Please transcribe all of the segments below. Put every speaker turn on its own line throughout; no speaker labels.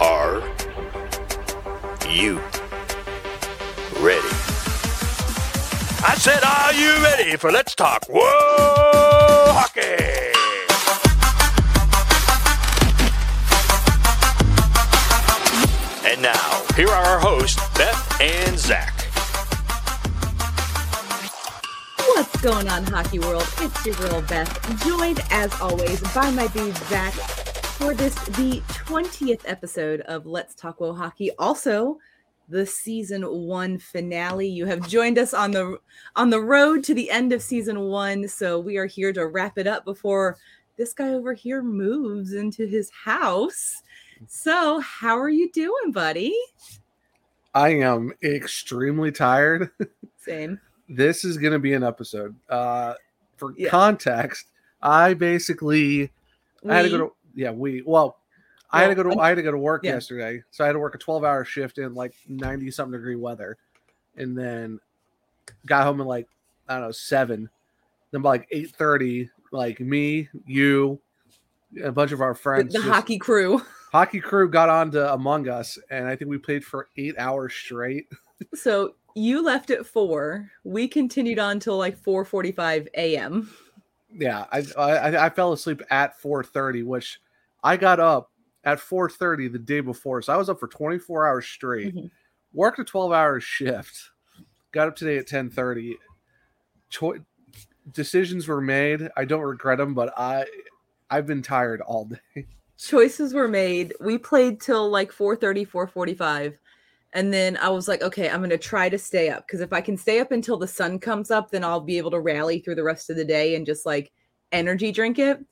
Are you ready? I said, are you ready for Let's Talk Whoa Hockey? And now, here are our hosts, Beth and Zach.
What's going on, Hockey World? It's your girl Beth, joined as always by my dude Zach for this the 20th episode of Let's Talk Wo Hockey. Also, the season one finale. You have joined us on the on the road to the end of season one, so we are here to wrap it up before this guy over here moves into his house. So, how are you doing, buddy?
I am extremely tired.
Same.
this is going to be an episode. Uh, for
Yeah.
context, I basically I had to go
We-
to yeah we well, I had to go
Well,
to I had to go to work
yeah.
yesterday, so I had to work a twelve hour shift in like ninety something degree weather, and then got home at like I don't know seven, then by like eight thirty, like me, you, a bunch of our
the,
friends,
the
just-
hockey crew.
hockey crew got onto Among Us, and I think we played for eight hours straight.
So you left at four. We continued on till like four forty-five a.m.
yeah I, I i fell asleep at 4.30 which i got up at 4.30 the day before so i was up for 24 hours straight
Mhm.
worked a 12 hour shift got up today at 10.30 Choi decisions were made i don't regret them but i i've been tired all day
Choices were made. We played till like 4:30, 4:45, and then I was like, okay, I'm gonna try to stay up because if I can stay up until the sun comes up, then I'll be able to rally through the rest of the day and just like energy drink it.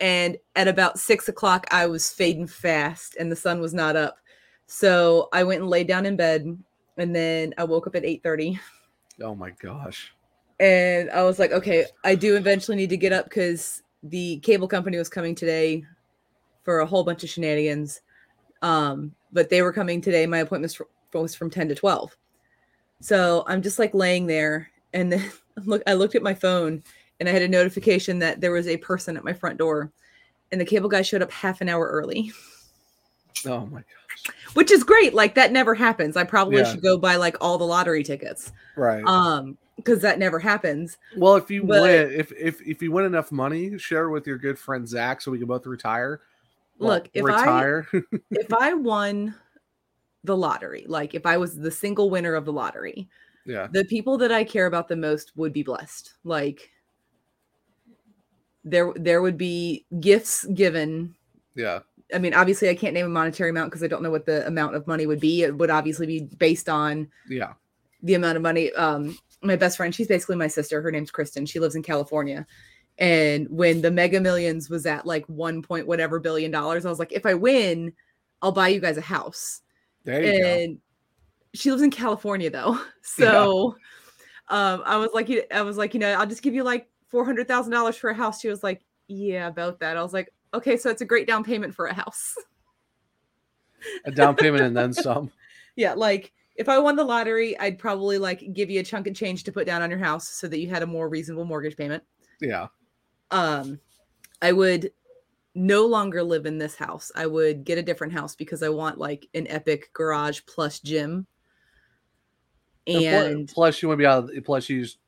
And at about six o'clock, I was fading fast, and the sun was not up. So I went and laid down in bed, and then I woke up at eight thirty.
oh my gosh
and I was like, okay, I do eventually need to get up because the cable company was coming today for a whole bunch of shenanigans. Um, but they were coming today. My appointment was fr- was from ten to twelve, so I'm just like laying there, and then look, I looked at my phone, and I had a notification that there was a person at my front door, and the cable guy showed up half an hour early,
oh my
which is great. Like that never happens. I probably
Yeah.
should go buy like all the lottery tickets,
right
um, because that never happens.
well if you
but-
win if if if you win enough money share it with your good friend zach so we can both retire Well,
Look, if I
retire
if I won the lottery, like if I was the single winner of the lottery,
yeah
the people that I care about the most would be blessed. Like there there would be gifts given.
yeah
I mean, obviously I can't name a monetary amount because I don't know what the amount of money would be. It would obviously be based on
yeah
the amount of money. Um, my best friend, she's basically my sister. Her name's Kristen. She lives in California. And when the Mega Millions was at like one point whatever billion dollars, I was like, if I win, I'll buy you guys a house
there you go
and she lives in California though. So um I was like you- I was like, you know, I'll just give you like four hundred thousand dollars for a house. She was like, Yeah, about that. I was like, okay, so it's a great down payment for a house.
a down payment and then some
yeah, like if I won the lottery, I'd probably like give you a chunk of change to put down on your house so that you had a more reasonable mortgage payment.
yeah
um i would no longer live in this house i would get a different house because i want like an epic garage plus gym
And pl-
and
plus you want to be out. Of, plus you just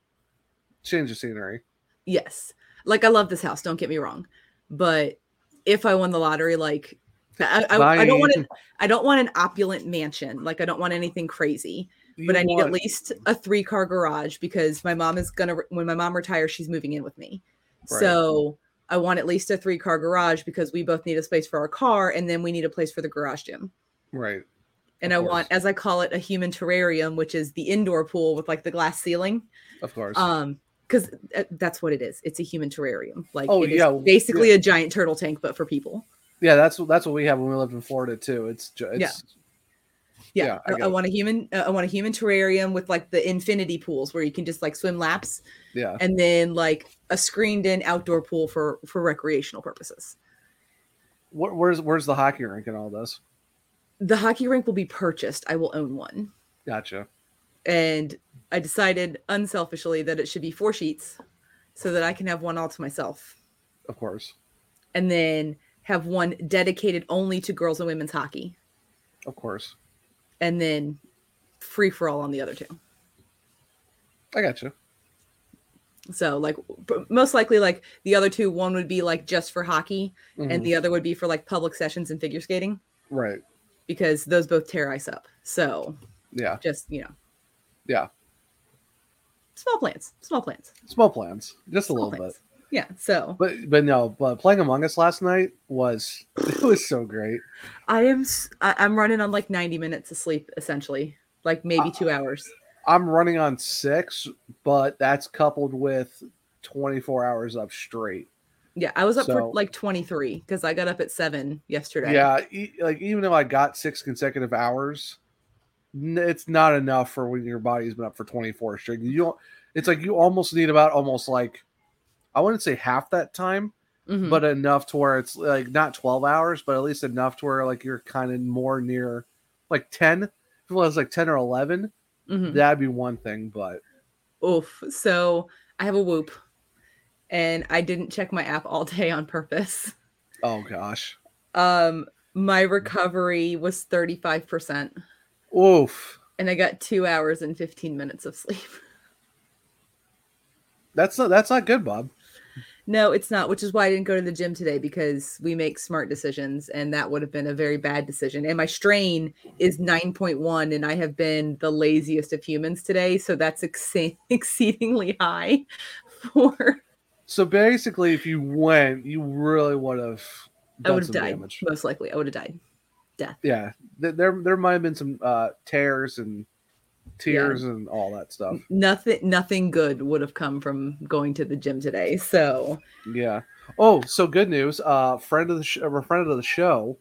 change the scenery.
yes like i love this house don't get me wrong but if i won the lottery like i, I, I don't want
Buying-
an, i don't want an opulent mansion like i don't want anything crazy but
you
i need at
want-
least a three car garage because my mom is gonna re- when my mom retires she's moving in with me
Right.
so i want at least a three car garage because we both need a space for our car and then we need a place for the garage gym
right.
and i
Of
want as i call it a human terrarium which is the indoor pool with like the glass ceiling
Of course.
um because that's what it is it's a human terrarium like
Oh,
it is
yeah, w-
basically a giant turtle tank but for people
Yeah, that's that's what we have when we lived in Florida too. It's ju- it's
Yeah. yeah,
Yeah, I
I,
get
I
it.
want a human uh, i want a human terrarium with like the infinity pools where you can just like swim laps
yeah.
and then like a screened in outdoor pool for for recreational purposes
Where, where's where's the hockey rink and all this?
the hockey rink will be purchased i will own one
Gotcha.
and i decided unselfishly that it should be four sheets so that i can have one all to myself
Of course,
and then have one dedicated only to girls and women's hockey
of course.
and then free for all on the other two
I gotcha.
So like p- most likely like the other two one would be like just for hockey and the other would be for like public sessions and figure skating
Mm-hmm. Right.
because those both tear ice up. So
Yeah.
just, you know,
Yeah.
small plans, small plans,
Small plans, just a
small
little
plans.
bit.
Yeah. So
But but no. But playing Among Us last night was it was so great.
I am s- I, am running on like 90 minutes of sleep essentially, like maybe
Ah.
2 hours.
I'm running on six, but that's coupled with 24 hours up straight.
Yeah, I was up for
so-
like 23 cuz I got up at 7 yesterday.
Yeah, e- like even though I got six consecutive hours, n- it's not enough for when your body's been up for 24 straight. You don't, it's like you almost need about almost like I wouldn't say half that time,
Mhm.
but enough to where it's like not 12 hours, but at least enough to where like you're kind of more near like 10. If it was like 10 or 11,
Mhm.
that'd be one thing, but
Oof. So I have a whoop and I didn't check my app all day on purpose.
oh gosh,
Um, my recovery was 35%,
oof.
and I got two hours and 15 minutes of sleep.
That's not, that's not good, Bob.
No, it's not, which is why I didn't go to the gym today because we make smart decisions, and that would have been a very bad decision. And my strain is 9.1, and I have been the laziest of humans today. So that's exce- exceedingly high for
So basically, if you went, you really would have.
I
done
would have
some
died.
damage.
Most likely, I would have died.
Yeah, th- there there might have been some uh, tears and tears and all that stuff.
Nothing, nothing good would have come from going to the gym today. So
Yeah. Oh, so good news. Uh, friend of the sh- a friend of the show,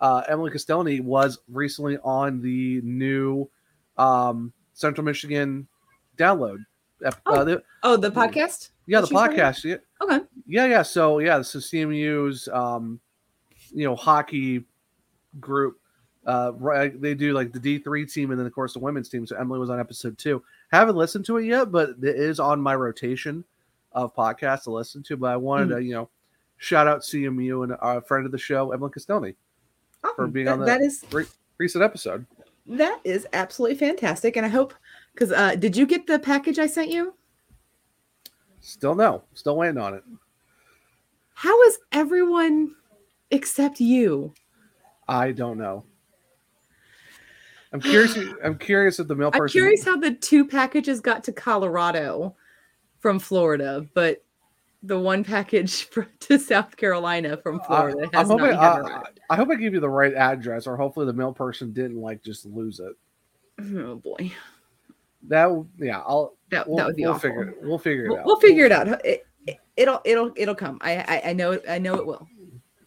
uh, Emily Castellani was recently on the new um, Central Michigan download. ep-
Oh.
Uh, the,
Oh, the podcast?
yeah,
that
the
she's running?
podcast. Yeah,
Okay.
yeah, yeah. So yeah, so CMU's um, you know hockey group. Uh, right, they do like the D three team, and then of course the women's team. So Emily was on episode two. Haven't listened to it yet, but it is on my rotation of podcasts to listen to. But I wanted
Hmm.
to, you know, shout out CMU and our friend of the show, Emily Castelli, for
Awesome.
being
Oh, That-
on the
that is
re- recent episode.
that is absolutely fantastic. And I hope because uh did you get the package I sent you?
Still no, still waiting on it.
How is everyone except you?
I don't know. I'm curious. I'm curious if the male person.
I'm curious how the two packages got to Colorado from Florida, but the one package for, to South Carolina from Florida
I, am
has not
Uh, hoping, uh,
yet
I-
arrived.
I hope I gave you the right address, or hopefully the mail person didn't like just lose it.
Oh boy,
That w- yeah, I'll
that
we'll,
that would be
we'll
awful.
figure it. We'll figure it
We'll,
out.
we'll figure it out. It, will it'll it'll come. I, I I know it. I know it will.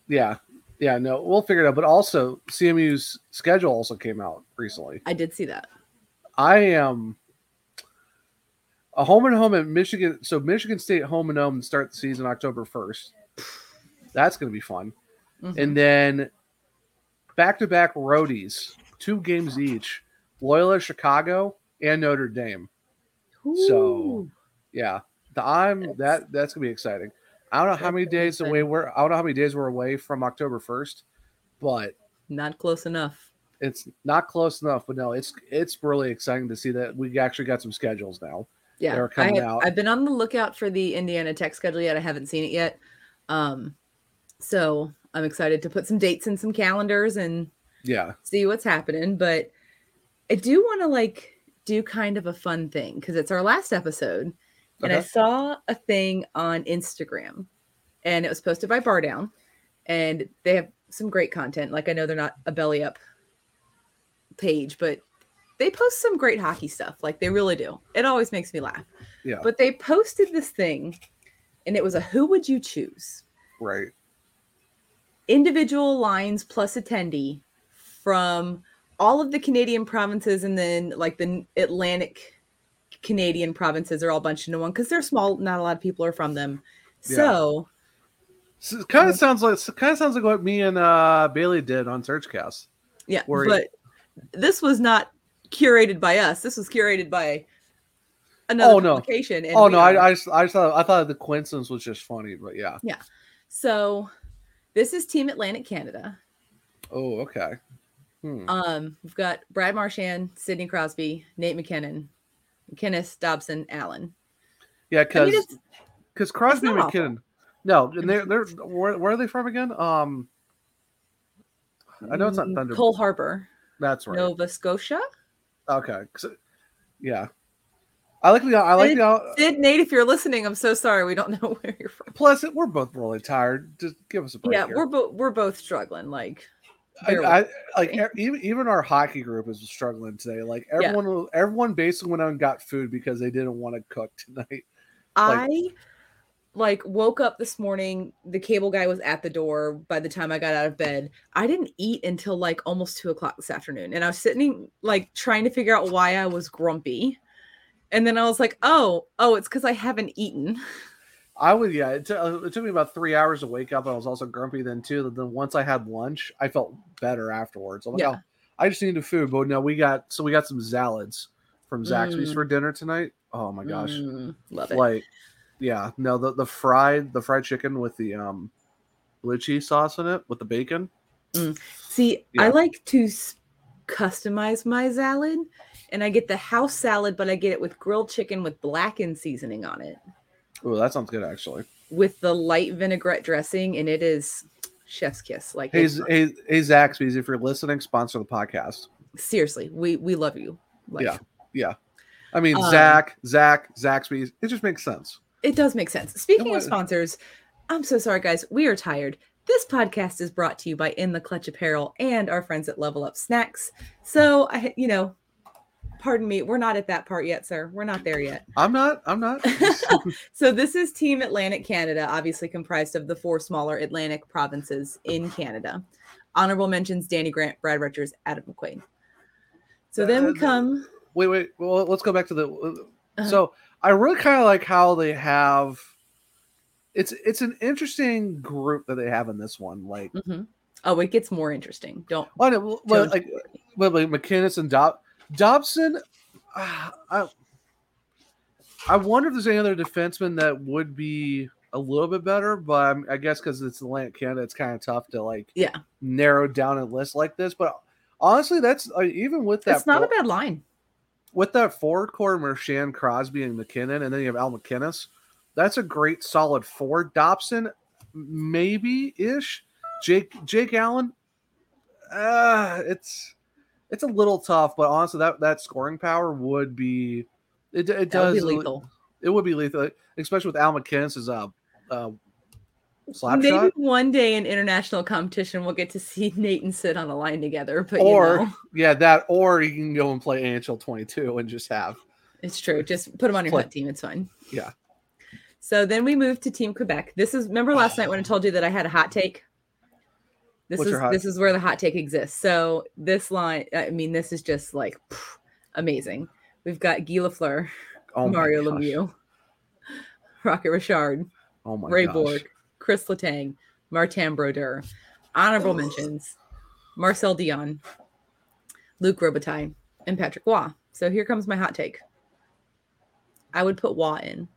Yeah, yeah, no, we'll figure it out. But also, CMU's schedule also came out recently.
I did see that.
I am a home and home at Michigan. So Michigan State home and home start the season October first. That's going to be fun.
Mhm.
And then back to back roadies, two games each. Loyola Chicago and Notre Dame. So-
Ooh.
Yeah, the, I'm
That's-
that that's gonna be exciting. I don't know how
That's
many
gonna be
days away
exciting.
we're. I don't know how many days we're away from October first, but
not close enough.
it's not close enough. But no, it's it's really exciting to see that we actually got some schedules now.
yeah
they're
I
coming
have-
out.
i've been on the lookout for the indiana tech schedule yet i haven't seen it yet um so i'm excited to put some dates in some calendars and
Yeah,
see what's happening but i do want to like do kind of a fun thing because it's our last episode and i
Okay.
saw a thing on instagram and it was posted by bar down and they have some great content like i know they're not a belly up page but they post some great hockey stuff like they really do it always makes me laugh
yeah,
but they posted this thing and it was a who would you choose
right.
individual lines plus attendee from all of the Canadian provinces and then like the Atlantic Canadian provinces are all bunched into one because they're small. Not a lot of people are from them.
Yeah.
So
So it kind of sounds like kind of sounds like what me and uh, Bailey did on Searchcast.
yeah,
Worried.
but this was not curated by us. This was curated by another
Oh, no.
publication. and
Oh
we
no,
are-
I, I, just, I just thought I thought the coincidence was just funny, but yeah.
so this is Team Atlantic Canada.
Oh okay. Hmm.
Um, we've got Brad Marchand, Sidney Crosby, Nate McKinnon, Kenneth Dobson, Allen.
Yeah,
I mean,
because
it's-
because Crosby and
not awful.
McKinnon. No, and they're they're where, where are they from again? Um, I know it's not
Mm,
Thunder.
Cole Harbour,
That's right.
Nova Scotia.
Okay. 'cause- yeah. I like the I like the. uh,
Sid, Nate, if you're listening, I'm so sorry. We don't know where you're from.
Plus, we're both really tired. Just give us a break.
yeah,
here.
we're both we're both struggling. Like,
I,
Bear
I, like
me.
e- even even our hockey group is struggling today. Like everyone, was- everyone basically went out and got food because they didn't want to cook tonight.
I like woke up this morning. The cable guy was at the door by the time I got out of bed. I didn't eat until like almost two o'clock this afternoon, and I was sitting like trying to figure out why I was grumpy. And then I was like, oh, oh, it's because I haven't eaten.
Oh I would, yeah. It, t- uh, it took me about three hours to wake up, and I was also grumpy then too. But Then once I had lunch, I felt better afterwards. I'm like,
Yeah.
oh, I just needed food. But no, we got so we got some salads from Zaxby's
Mm.
for dinner tonight. Oh my gosh,
Mm, love it.
like yeah, no the the fried the fried chicken with the um blue cheese sauce in it with the bacon.
See, I
Yeah.
like to s- customize my salad, and I get the house salad, but I get it with grilled chicken with blackened seasoning on it,
Oh, that sounds good actually.
with the light vinaigrette dressing, and it is chef's kiss. Like,
Hey,
it's-
Z- hey, hey, Zaxby's, if you're listening, sponsor the podcast.
seriously, we we love you. Like,
Yeah. I mean,
Um,
Zach, Zach, Zaxby's. It just makes sense.
it does make sense. Speaking
wa-
of sponsors, I'm so sorry, guys. We are tired. This podcast is brought to you by In the Clutch Apparel and our friends at Level Up Snacks. So, I, you know, pardon me, we're not at that part yet, sir. We're not there yet.
I'm not. I'm not.
So this is Team Atlantic Canada, obviously comprised of the four smaller Atlantic provinces in Canada. Honorable mentions: Danny Grant, Brad Rogers, Adam McQuaid. So then
Uh,
we come.
wait, wait. Well, let's go back to the. uh,
Uh-huh.
So I really kind of like how they have. It's it's an interesting group that they have in this one. Like,
Mhm. Oh, it gets more interesting. Don't.
well, no, well, well,
Jones-
like, well, like McKinnis and Dob- Dobson. ah, I, I wonder if there's any other defenseman that would be a little bit better, but I'm, I guess because it's Atlantic Canada, it's kind of tough to like
Yeah.
narrow down a list like this. But honestly, that's uh, even with that
It's not
for-
a bad line.
with that forward core, Mershand, Crosby, and McKinnon, and then you have Al McKinnis. That's a great solid four. Dobson, maybe ish. Jake Jake Allen, uh, it's it's a little tough, but honestly, that that scoring power would be it, it
That would
does uh,
be lethal.
it would be lethal, especially with Al McKinnis's uh, uh slap
Maybe
shot.
one day in international competition we'll get to see Nate and Sid on a line together. But
Or
you know,
yeah, that or you can go and play NHL twenty two and just have
it's true. Just put them on your
Play-
hot team. It's fine.
Yeah.
So then we moved to Team Quebec. This is remember last night when I told you that I had a hot take. This
What's
is
your hot-
this is where the hot take exists. So this line, I mean, this is just like pff, amazing. We've got Guy Lafleur,
oh my
Mario
gosh.
Lemieux, Rocket Richard,
Oh my
Ray
gosh.
Borg, Chris Letang, Martin Brodeur, honorable mentions, Marcel Dion, Luke Robitaille, and Patrick Waugh. So here comes my hot take. I would put Waugh in.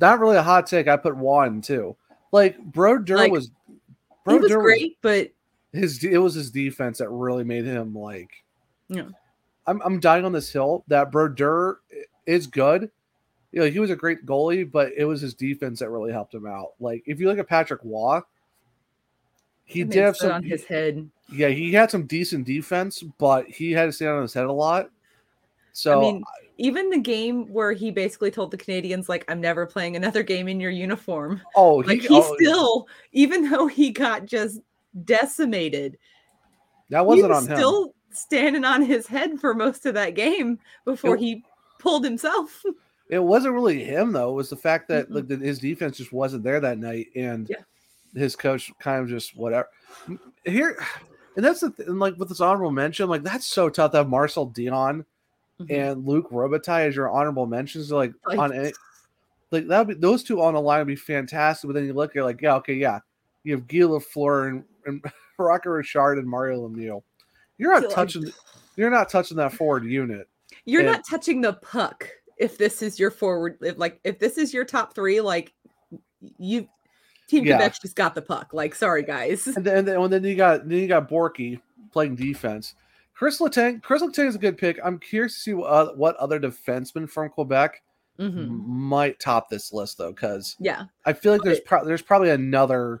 not really a hot take. I put Juan too. Like Brodeur
Like,
was
he was
Brodeur was-
great, but
his de- it was his defense that really made him like.
Yeah.
I'm I'm dying on this hill that Brodeur i- is good. You know, he was a great goalie, but it was his defense that really helped him out. Like if you look at Patrick Waugh, he
I mean,
did have
stood
some
on his head.
yeah, he had some decent defense, but he had to stand on his head a lot. So
I mean, even the game where he basically told the Canadians, like, I'm never playing another game in your uniform.
oh,
Like he
oh,
still, even though he got just decimated,
that wasn't
he
on
was
him.
still standing on his head for most of that game before
It-
he pulled himself.
it wasn't really him though. It was the fact that
Mhm.
like, that his defense just wasn't there that night, and
Yeah.
his coach kind of just whatever. Here, and that's the th- and like with this honorable mention, like that's so tough to have Marcel Dion
Mhm.
and Luke Robitaille as your honorable mentions. Like
Like-
on any, like that would be those two on a line would be fantastic. But then you look, you're like, yeah, okay, yeah, you have Guy Lafleur and, and Rocket Richard and Mario Lemieux. You're
So,
not
like-
touching. You're not touching that forward unit.
You're
Yeah.
not touching the puck if this is your forward. If like if this is your top three, like you, Team
Yeah.
Quebec just got the puck. Like, sorry guys.
And then, and then, and then you got then you got Borky playing defense. Chris Letang, Chris Letang is a good pick. I'm curious to see what, oth- what other defenseman from Quebec
Mhm.
might top this list though, because
Yeah,
I feel like there's pro- there's probably another.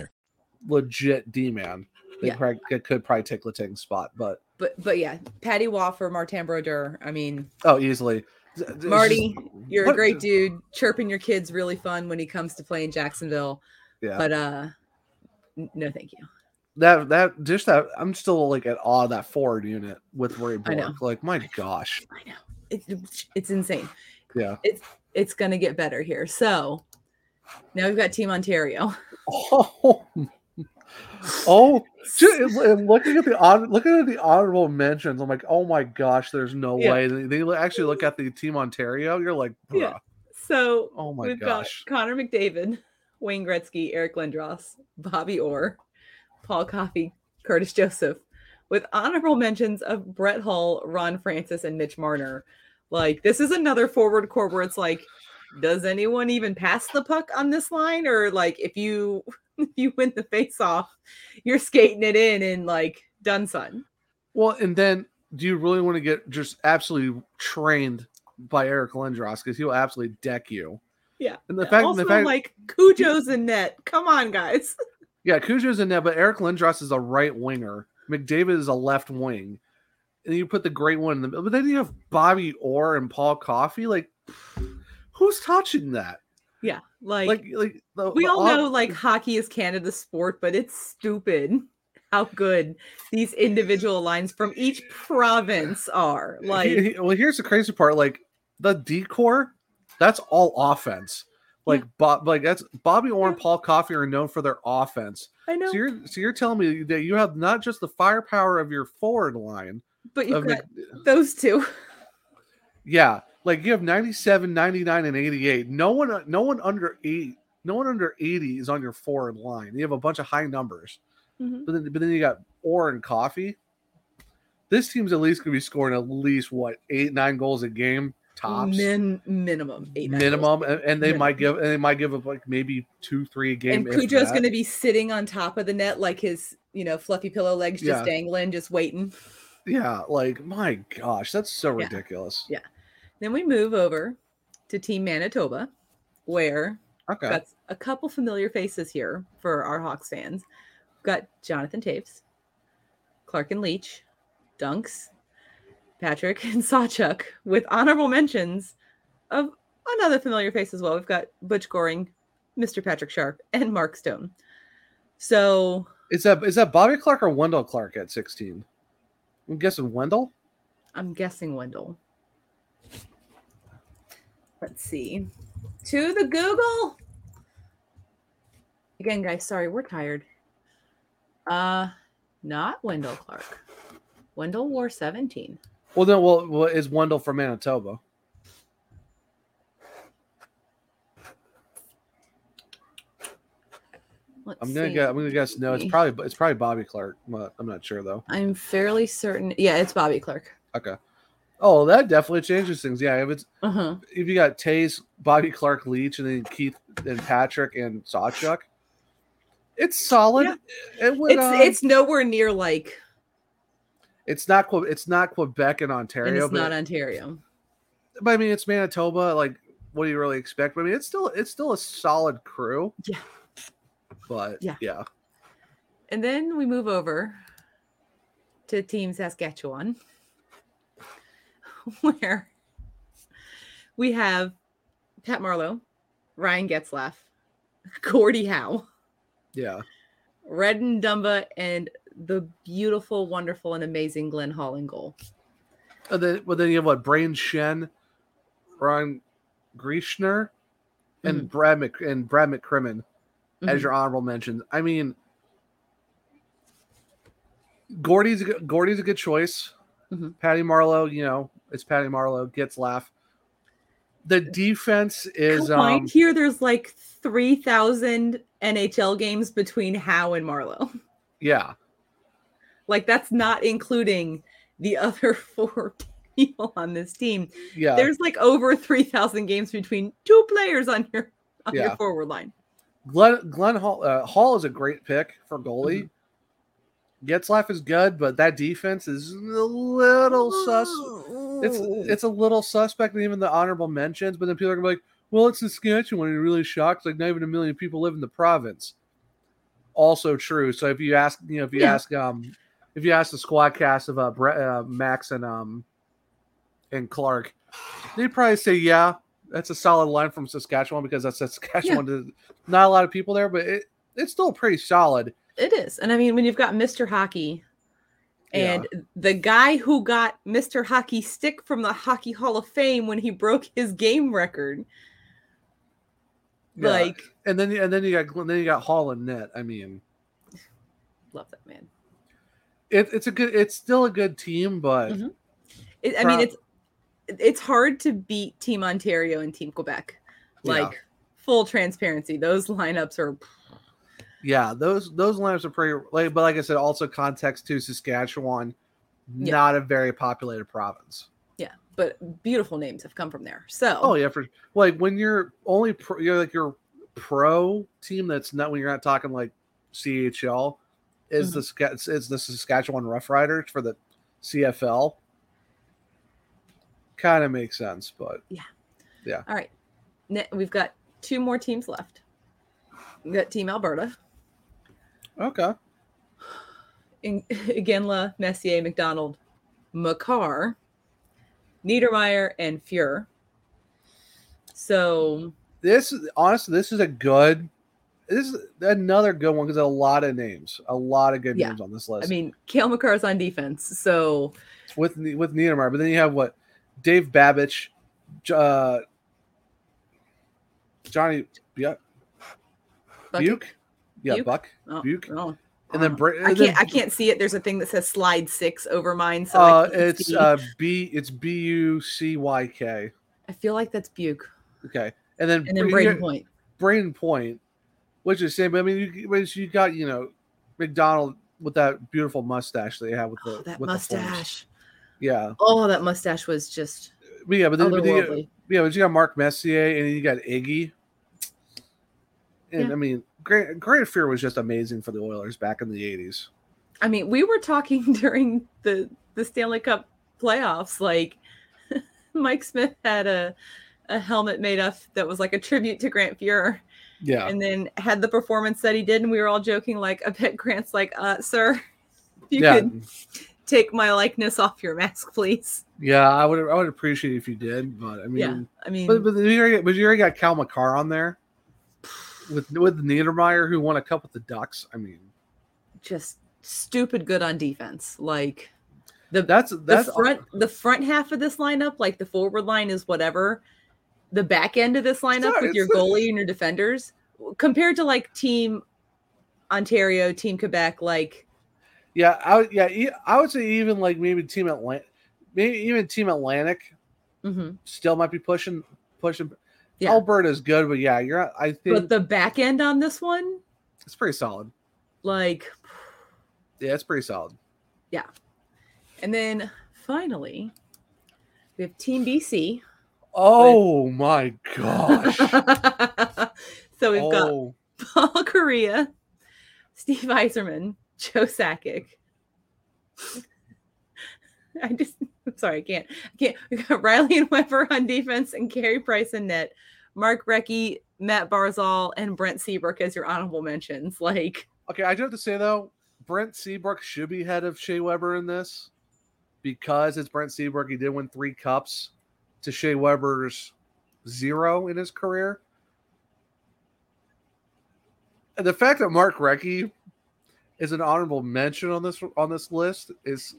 legit D man. They
Yeah.
probably, they could probably take Letang's spot, but
but but yeah, Patty Waugh or Martin Brodeur. I mean,
oh, easily. Th- th- it's
Marty,
just-
you're
what-
a great dude. Chirping your kids really fun when he comes to play in Jacksonville.
Yeah.
But uh, n- no, thank you.
That that just that I'm still like at awe of that forward unit with Ray
I know.
Bork. Like my gosh,
I know it's it's insane.
yeah.
It's gonna get better here. So now we've got Team Ontario.
Oh, oh Ju- and- and looking at the hon- looking at the honorable mentions, I'm like, oh my gosh, there's no
Yeah.
way. They, they actually look at the team Ontario. You're like, bruh,
Yeah. So
oh my
we've
gosh,
got Connor McDavid, Wayne Gretzky, Eric Lindros, Bobby Orr, Paul Coffey, Curtis Joseph, with honorable mentions of Brett Hull, Ron Francis, and Mitch Marner. Like this is another forward core where it's like, does anyone even pass the puck on this line? Or like if you if you win the face off, you're skating it in and like done son.
Well, and then do you really want to get just absolutely trained by Eric Lindros because he'll absolutely deck you?
Yeah.
And the fact,
also
the fact,
like Cujo's in net. Come on, guys.
yeah, Cujo's in net, but Eric Lindros is a right winger. McDavid is a left wing, and you put the great one in the middle. But then you have Bobby Orr and Paul Coffey. Like, who's touching that?
Yeah.
Like, like the,
we
the
all
ob-
know like hockey is Canada's sport, but it's stupid how good these individual lines from each province are.
he-
Like,
he- well, here's the crazy part. Like the decor, that's all offense. Like Bob, like that's Bobby Orr and Paul Coffey are known for their offense.
I know,
So you're so you're telling me that you have not just the firepower of your forward line
but
of
you've
Mc-
got those two.
yeah, like you have 97, 99 and 88. No one no one under 8 no one under 80 is on your forward line. You have a bunch of high numbers.
Mhm.
But then but then you got Orr and Coffee. This team's at least going to be scoring at least what 8 9 goals a game tops.
Min- minimum eight nine goals.
minimum and, and they might give and they might give up like maybe 2 3 a game.
And
if
Cujo's
that.
going to be sitting on top of the net like his, you know, fluffy pillow legs just
Yeah.
dangling, just waiting.
Yeah, like my gosh, that's so
Yeah.
ridiculous.
Then we move over to Team Manitoba, where
Okay.
Got a couple familiar faces here for our Hawks fans. Got Jonathan Tapes, Clark and Leach, Dunks, Patrick, and Sawchuk with honorable mentions of another familiar face as well. We've got Butch Goring, Mr. Patrick Sharp, and Mark Stone. So
Is that is that Bobby Clark or Wendell Clark at 16? I'm guessing Wendell.
I'm guessing Wendell. Let's see. To the Google. Again, guys, sorry, we're tired. Uh not Wendell Clark. Wendell wore 17.
Well, no, well, well is Wendell from Manitoba?
Let's
I'm gonna
see.
guess, I'm gonna guess no. It's
Okay.
probably it's probably Bobby Clark. but I'm not sure though.
I'm fairly certain. Yeah, it's Bobby Clark.
Okay. Oh, that definitely changes things. Yeah, if it's
Uh-huh.
if you got Taze, Bobby Clark, Leach, and then Keith and Patrick and Sawchuk, it's solid.
Yeah.
It would.
It's
um,
it's nowhere near like
it's not Que- it's not Quebec and Ontario,
and it's
but
not Ontario.
but I mean, it's Manitoba. Like, what do you really expect? But I mean, it's still it's still a solid crew.
Yeah.
But
Yeah.
yeah.
And then we move over to Team Saskatchewan, where we have Pat Marlowe, Ryan Getzlaff, Gordy Howe,
Yeah.
Redden Dumba, and the beautiful, wonderful, and amazing Glenn Hall in goal.
And then, but Oh, then you have what? Brain Shen, Ron Grishner, and
Mm-hmm.
Brad Mc, and Brad McCrimmon as
Mhm.
your honorable mentions. I mean, Gordy's a good, Gordy's a good choice.
Mhm.
Patty Marlowe, you know, it's Patty Marlowe gets laugh. The defense is
Come on,
um,
here there's like 3,000 NHL games between Howe and Marlowe.
yeah,
Like, that's not including the other four people on this team.
yeah.
There's like over 3,000 games between two players on your on
Yeah.
your forward line.
Glenn Glenn Hall uh, Hall is a great pick for goalie.
Mm-hmm.
Gets laugh is good, but that defense is a little sus. It's it's a little suspect, and even the honorable mentions. But then people are gonna be like, "Well, it's Saskatchewan." And you're really shocked, like not even a million people live in the province. Also true. So if you ask, you know, if you
Yeah.
ask, um, if you ask the squad cast of uh, Bre- uh Max and um and Clark, they'd probably say, "Yeah, that's a solid line from Saskatchewan because that's Saskatchewan. There's Not a lot of people there, but it, it's still pretty solid."
It is. And I mean, when you've got Mr. Hockey
Yeah.
and the guy who got Mr. Hockey stick from the Hockey Hall of Fame when he broke his game record,
Yeah.
like,
and then and then you got Glenn- then you got Hall and Net. I mean.
love that man.
it, it's a good it's still a good team but
Mhm. It, I mean,
Pro-
it's it's hard to beat Team Ontario and Team Quebec.
Yeah.
Like full transparency, those lineups are
yeah those those lineups are pretty like but like i said also context to saskatchewan
Yeah.
not a very populated province
yeah, but beautiful names have come from there. So
oh yeah for like when you're only pro, you're like your pro team that's not when you're not talking like chl is
Mm-hmm.
the Sca- is the saskatchewan rough riders for the cfl kind of makes sense but
All right. Ne- we've got two more teams left. We've got Team Alberta.
okay
In- Iginla, Messier, McDonald, McCarr, Niedermeyer, and Fuhrer. So,
this is- honestly this is a good this is another good one because a lot of names a lot of good
Yeah.
names on this
I
list
mean, Kale McCarr's on defense. So,
with Ne- with Niedermeyer but then you have what Dave Babich J- uh Johnny Bu-
Bucky-
Buke yeah
Buke?
Buck
Oh,
Buke
oh,
and then
oh.
Bra-
I
and then-
can't. I can't see it. There's a thing that says slide six over mine. So I
uh,
can't
it's
see.
uh B it's B U C Y K
I feel like that's Buke,
okay and then
and then
Bra-
Braden Point.
Braden Point, which is same. But I mean, you, but you got you know McDonald with that beautiful mustache that you have with the
Oh, that
with the force.
mustache.
yeah,
Oh, that mustache was just
but yeah, but then but then you,
otherworldly.
yeah, but you got Mark Messier and then you got Iggy. And
Yeah.
I mean, Grant Grant Fear was just amazing for the Oilers back in the eighties.
I mean, we were talking during the the Stanley Cup playoffs. Like Mike Smith had a a helmet made up that was like a tribute to Grant Fuhrer,
Yeah,
and then had the performance that he did, and we were all joking like, "I bet Grant's like, uh, sir, if you
yeah,
could take my likeness off your mask, please."
yeah. I would I would appreciate it if you did, but I mean,
Yeah, I mean,
but but you already, but you already got Cal McCarr on there with with Niedermeyer who won a cup with the Ducks. I mean,
just stupid good on defense. Like the
that's that's
the front the front half of this lineup, like the forward line is whatever. The back end of this lineup
not-
with your
it's not-
goalie and your defenders compared to like team Ontario, team Quebec, like
Yeah, I would, yeah, e- I would say even like maybe Team Atlantic, maybe even Team Atlantic
mhm.
still might be pushing pushing.
Yeah.
Alberta's good, but yeah, you're. I think
but the back end on this one,
it's pretty solid.
like
Yeah, it's pretty solid.
and then finally we have team BC.
Oh my gosh!
so we've got
oh,
Paul Korea, Steve Eiserman, Joe Sakic. I just, I'm sorry, I can't. I can't. We got Riley and Weber on defense and Carey Price and net, Mark Recchi, Matt Barzal, and Brent Seabrook as your honorable mentions. Like,
Okay, I do have to say though, Brent Seabrook should be head of Shea Weber in this because it's Brent Seabrook. He did win three cups to Shea Weber's zero in his career. And the fact that Mark Recchi is an honorable mention on this on this list is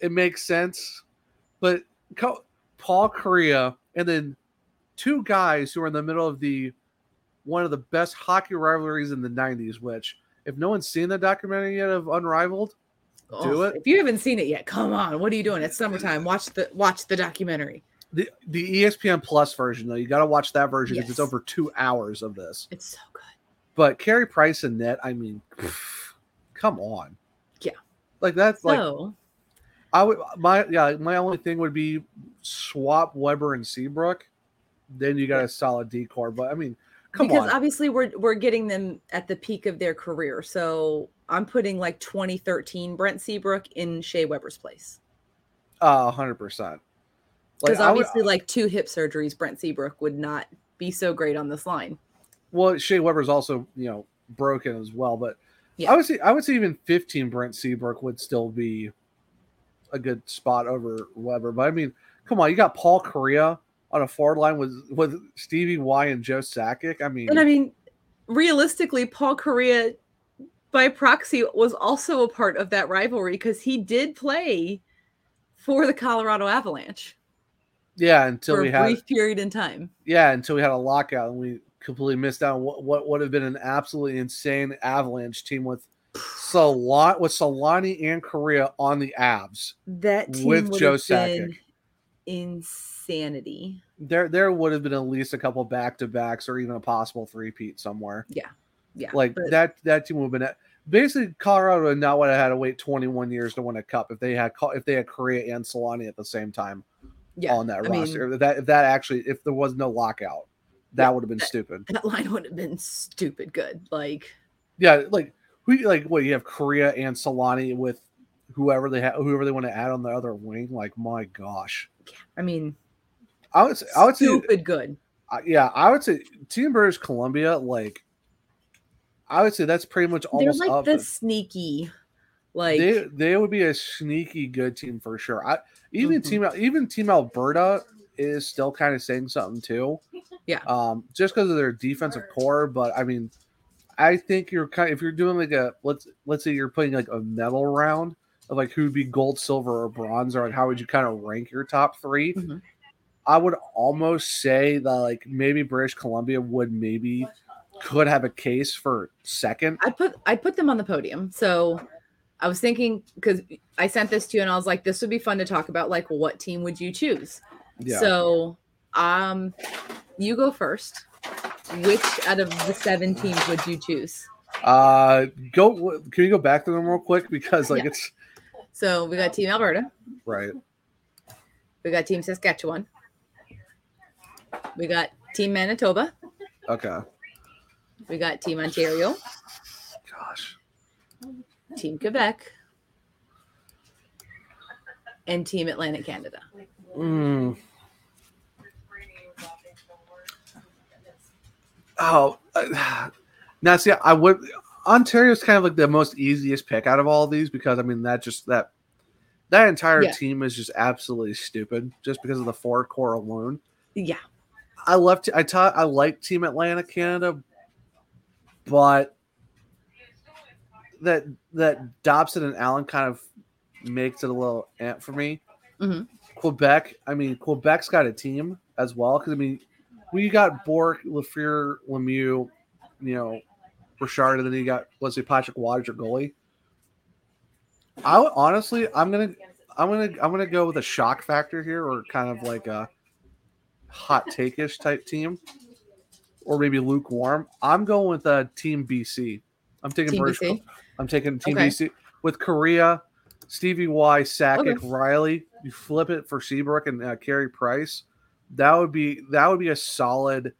it makes sense, but co- Paul Korea and then two guys who are in the middle of the one of the best hockey rivalries in the 90s which if no one's seen the documentary yet of unrivaled
oh,
it.
If you haven't seen it yet, come on. What are you doing? It's summertime. Watch the watch the documentary.
the the E espn plus version though you got to watch that version because it's
Yes.
over two hours of this
It's so good.
but Carey price and net i mean come on
Yeah.
like that's like
so
i would my yeah my only thing would be swap weber and seabrook then you got a solid decor but i mean come
because
on
obviously we're we're getting them at the peak of their career. So I'm putting like 2013 Brent Seabrook in Shea Weber's place.
uh 100%
Because
I would-
obviously, like two hip surgeries, Brent Seabrook would not be so great on this line.
Well, Shea Weber's also you know broken as well, but
Yeah.
I would say I would say even fifteen Brent Seabrook would still be a good spot over Weber. But I mean, come on, you got Paul Korea on a forward line with with Stevie Y and Joe Sakic. I mean,
And I mean, realistically, Paul Correa by proxy was also a part of that rivalry because he did play for the Colorado Avalanche
yeah, until
for
we
a
had
brief period in time.
yeah until we had a lockout and we completely missed out on what what would have been an absolutely insane Avalanche team with. Solani with Solani and Korea on the abs.
That team
With
would
Joe
have been
Sakic.
insanity.
There there would have been at least a couple back to backs or even a possible three peat somewhere.
Yeah,
like
but
that that team would have been at, basically Colorado would not would have had to wait 21 years to win a cup if they had Col- if they had Korea and Solani at the same time
Yeah,
on that
I
roster. if that if that actually if there was no lockout, that
Yeah,
would have been
that-
stupid.
that line would have been stupid good. Like,
Yeah, like who like what you have Korea and Solani with whoever they have whoever they want to add on the other wing. Like my gosh,
I mean,
I would say, I would say
stupid good.
I- yeah I would say Team British Columbia like. I would say that's pretty much almost
They're like
up
the sneaky, like
they they would be a sneaky good team for sure. I even
Mhm.
team even team Alberta is still kind of saying something too.
Yeah.
Um, just because of their defensive core, but I mean, I think you're kind if you're doing like a let's let's say you're putting like a medal round of like who'd be gold, silver, or bronze, or like how would you kind of rank your top 3
Mhm.
I would almost say that like maybe British Columbia would maybe could have a case for second.
I put I put them on the podium. So I was thinking because I sent this to you and I was like, this would be fun to talk about. Like, what team would you choose?
Yeah.
So, um, you go first. Which out of the seven teams would you choose?
Uh, go. Can you go back to them real quick because like
Yeah.
it's
So we got Team Alberta,
right.
we got Team Saskatchewan, we got Team Manitoba,
Okay.
we got Team Ontario,
Gosh.
Team Quebec, and Team Atlantic Canada.
Mm. Oh, uh, now see, I would. Ontario's kind of like the most easiest pick out of all these because I mean that just that that entire
Yeah.
team is just absolutely stupid just because of the four core alone.
Yeah,
I love. T- I taught. I like Team Atlanta Canada, but that that Dobson and Allen kind of makes it a little ant for me.
Mhm.
Quebec. I mean, Quebec's got a team as well. Because I mean, we got Bork, Lafleur, Lemieux, you know, Richard, and then you got let's say Patrick Waters your goalie. I would, honestly, I'm gonna, I'm gonna, I'm gonna go with a shock factor here, or kind of like a hot take ish type team, or maybe lukewarm. I'm going with uh, Team BC. I'm taking
Team
British.
BC.
I'm taking Team
Okay.
BC with Korea, Stevie Y, Sakic,
Okay.
Riley. You flip it for Seabrook and uh, Carey Price. That would be that would be a solid,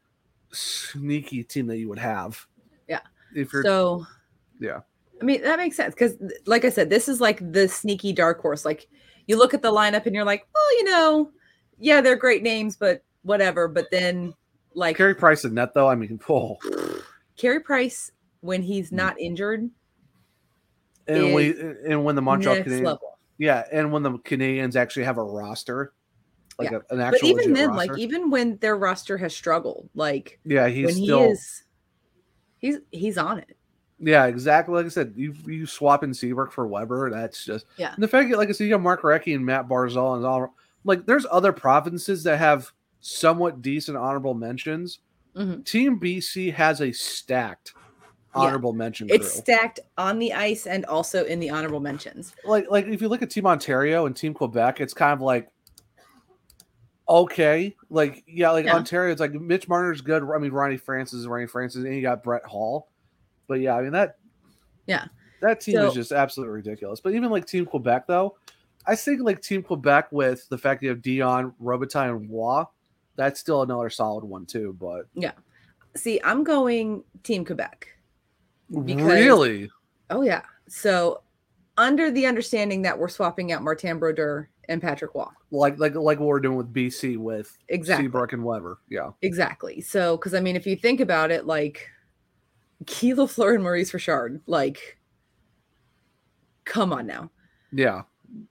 sneaky team that you would have.
Yeah.
If you're
so
Yeah.
i mean that makes sense because like i said this is like the sneaky dark horse like you look at the lineup and you're like well you know yeah they're great names but whatever but then Like
Carey Price and net though, I mean, oh, pull.
Carey Price when
Mm.
he's not injured,
And
Is
we and when the Montreal
next
Canadiens,
level.
yeah, and when the Canadians actually have a roster, like
Yeah.
a, an actual.
But even
legit
then,
roster.
like even when their roster has struggled, like
yeah, he's
when he
still
is, he's he's on it.
yeah, exactly. Like I said, you you swap in Seabrook for Weber, that's just
Yeah.
And the fact that, like I said, you got Mark Recchi and Matt Barzal and all like there's other provinces that have somewhat decent honorable mentions.
Mhm.
Team BC has a stacked
Yeah.
honorable mention.
It's
crew.
stacked on the ice and also in the honorable mentions.
like like if you look at Team Ontario and Team Quebec, it's kind of like okay, like yeah, like
Yeah.
Ontario, it's like Mitch Marner's good. I mean, Ronnie Francis is Ronnie Francis, and you got Brett Hall. But yeah, I mean that.
Yeah.
that team is
So-
just absolutely ridiculous. But even like Team Quebec though, I think like Team Quebec with the fact you have Dion Robitaille and Waugh, that's still another solid one too. But
See, I'm going Team Quebec. Because-
really,
Oh yeah. So under the understanding that we're swapping out Martin Brodeur and Patrick Waugh.
like like like what we're doing with BC with
Exactly.
Seabrook and Weber, yeah.
Exactly. So, because I mean, if you think about it, like Guy Lafleur and Maurice Richard, like, come on now.
Yeah,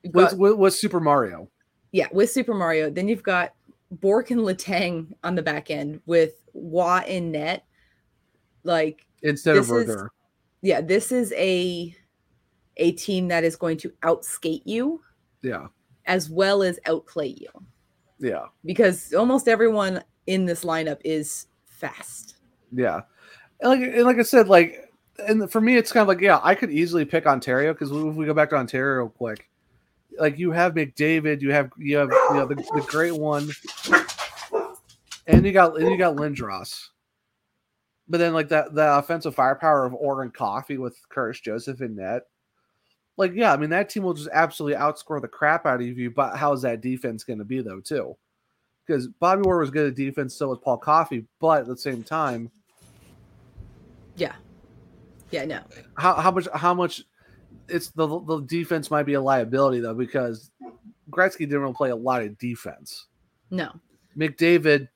You've
was
got-
with, with Super Mario.
yeah, with Super Mario, then you've got Bork and Latang on the back end with Wa and Net. Like,
instead of
This is-
Verder.
yeah, this is a a team that is going to outskate you
Yeah,
as well as outplay you
yeah,
because almost everyone in this lineup is fast.
yeah. And like, and like I said, like, and for me, it's kind of like, yeah, I could easily pick Ontario because if we go back to Ontario real quick, like you have McDavid, you have you have you know the, the great one, and you got and you got Lindros. But then, like that, the offensive firepower of Oren Coffee with Curse Joseph and Net, like yeah, I mean that team will just absolutely outscore the crap out of you. But how is that defense going to be though, too? because Bobby Moore was good at defense, so was Paul Coffey. But at the same time,
Yeah. Yeah, no.
how, how much how much it's the the defense might be a liability though because Gretzky didn't really play a lot of defense.
No.
McDavid,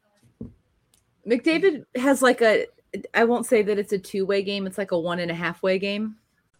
McDavid has like a I won't say that it's a two way game, it's like a one and a half way game.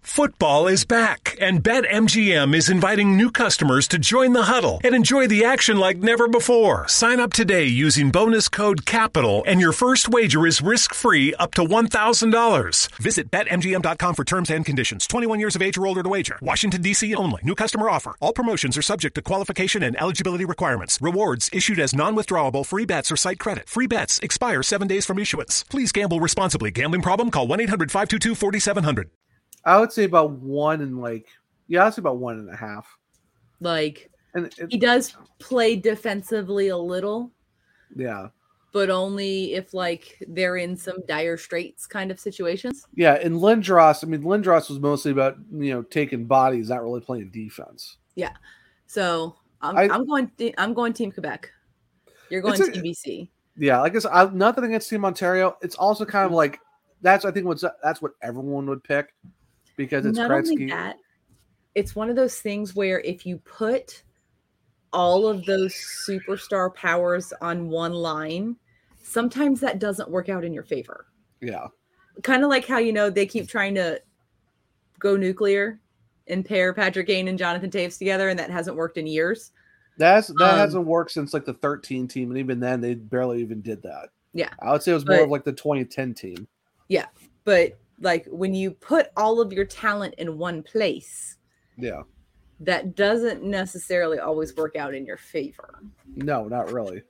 Football is back, and BetMGM is inviting new customers to join the huddle and enjoy the action like never before. Sign up today using bonus code CAPITAL, and your first wager is risk free up to $1,000. Visit BetMGM.com for terms and conditions. 21 years of age or older to wager. Washington, D.C. only. New customer offer. All promotions are subject to qualification and eligibility requirements. Rewards issued as non withdrawable free bets or site credit. Free bets expire seven days from issuance. Please gamble responsibly. Gambling problem? Call 1 800 522 4700.
I would say about one and like yeah, I'd say about one and a half.
Like
And it,
he does play defensively a little,
yeah,
but only if like they're in some dire straits kind of situations.
yeah, and Lindros. I mean, Lindros was mostly about you know taking bodies, not really playing defense.
So I'm,
I-
I, am going th- I'm going Team Quebec. You're going
It's a-
Team BC.
Yeah, like I said, I, nothing against Team Ontario. It's also kind of like that's I think what's that's what everyone would pick because it's
Not only
Gretzky.
that, it's one of those things where if you put all of those superstar powers on one line, sometimes that doesn't work out in your favor.
Yeah,
Kind of like how you know they keep trying to go nuclear and pair Patrick Kane and Jonathan Taves together, and that hasn't worked in years.
that's that
Um,
hasn't worked since like the 13 team, and even then they barely even did that.
Yeah.
I would say it was more
But-
of like the 2010 team.
But like when you put all of your talent in one place,
Yeah,
that doesn't necessarily always work out in your favor.
no, not really.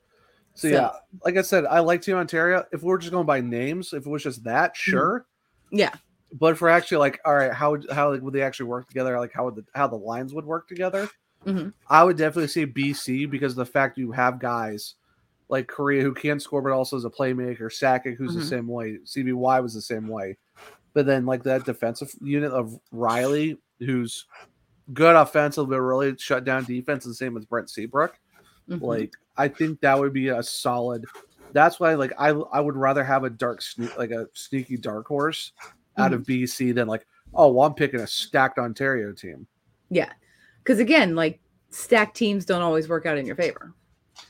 So-
So, yeah, like I said, I like Team Ontario. If we're just going by names, if it was just that,
Mm-hmm.
sure.
Yeah.
But if we're actually like, all right, how would- how like, would they actually work together? Like how would the how the lines would work together?
Mhm.
I would definitely say BC because of the fact you have guys like Korea, who can score but also is a playmaker. Sakic, who's the same way. CBY was the same way. But then like that defensive unit of Riley, who's good offensive but really shut down defense, and same with Brent Seabrook.
Mm-hmm.
Like I think that would be a solid. That's why like I I would rather have a dark sneak like a sneaky dark horse
Mm-hmm.
out of BC than like oh well, I'm picking a stacked Ontario team.
Yeah. Because again, like stacked teams don't always work out in your favor.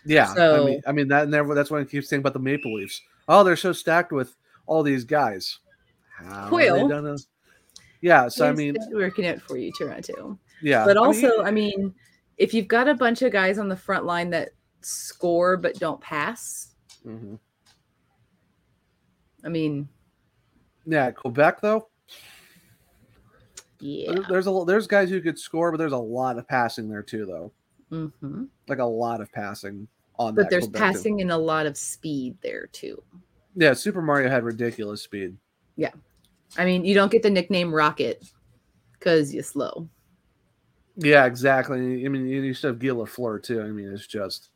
Yeah, I
So-
mean, I mean that never. That's why I keep saying about the Maple Leafs. Oh, they're so stacked with all these guys. How have they
Quill.
done this? Yeah, so I mean,
It's working out for you, Toronto.
yeah,
But
I mean,
also, I mean, if you've got a bunch of guys on the front line that score but don't pass,
mhm.
I mean,
yeah, Quebec though.
yeah.
there- There's a there's guys who could score, but there's a lot of passing there too, though.
hmm
Like a lot of passing on.
But
that
there's
Quebec team.
passing and a lot of speed there too.
Yeah, Super Mario had ridiculous speed.
I mean, you don't get the nickname Rocket because you're slow.
Yeah, exactly. I mean, you used to have Guy Lafleur too. I mean, it's just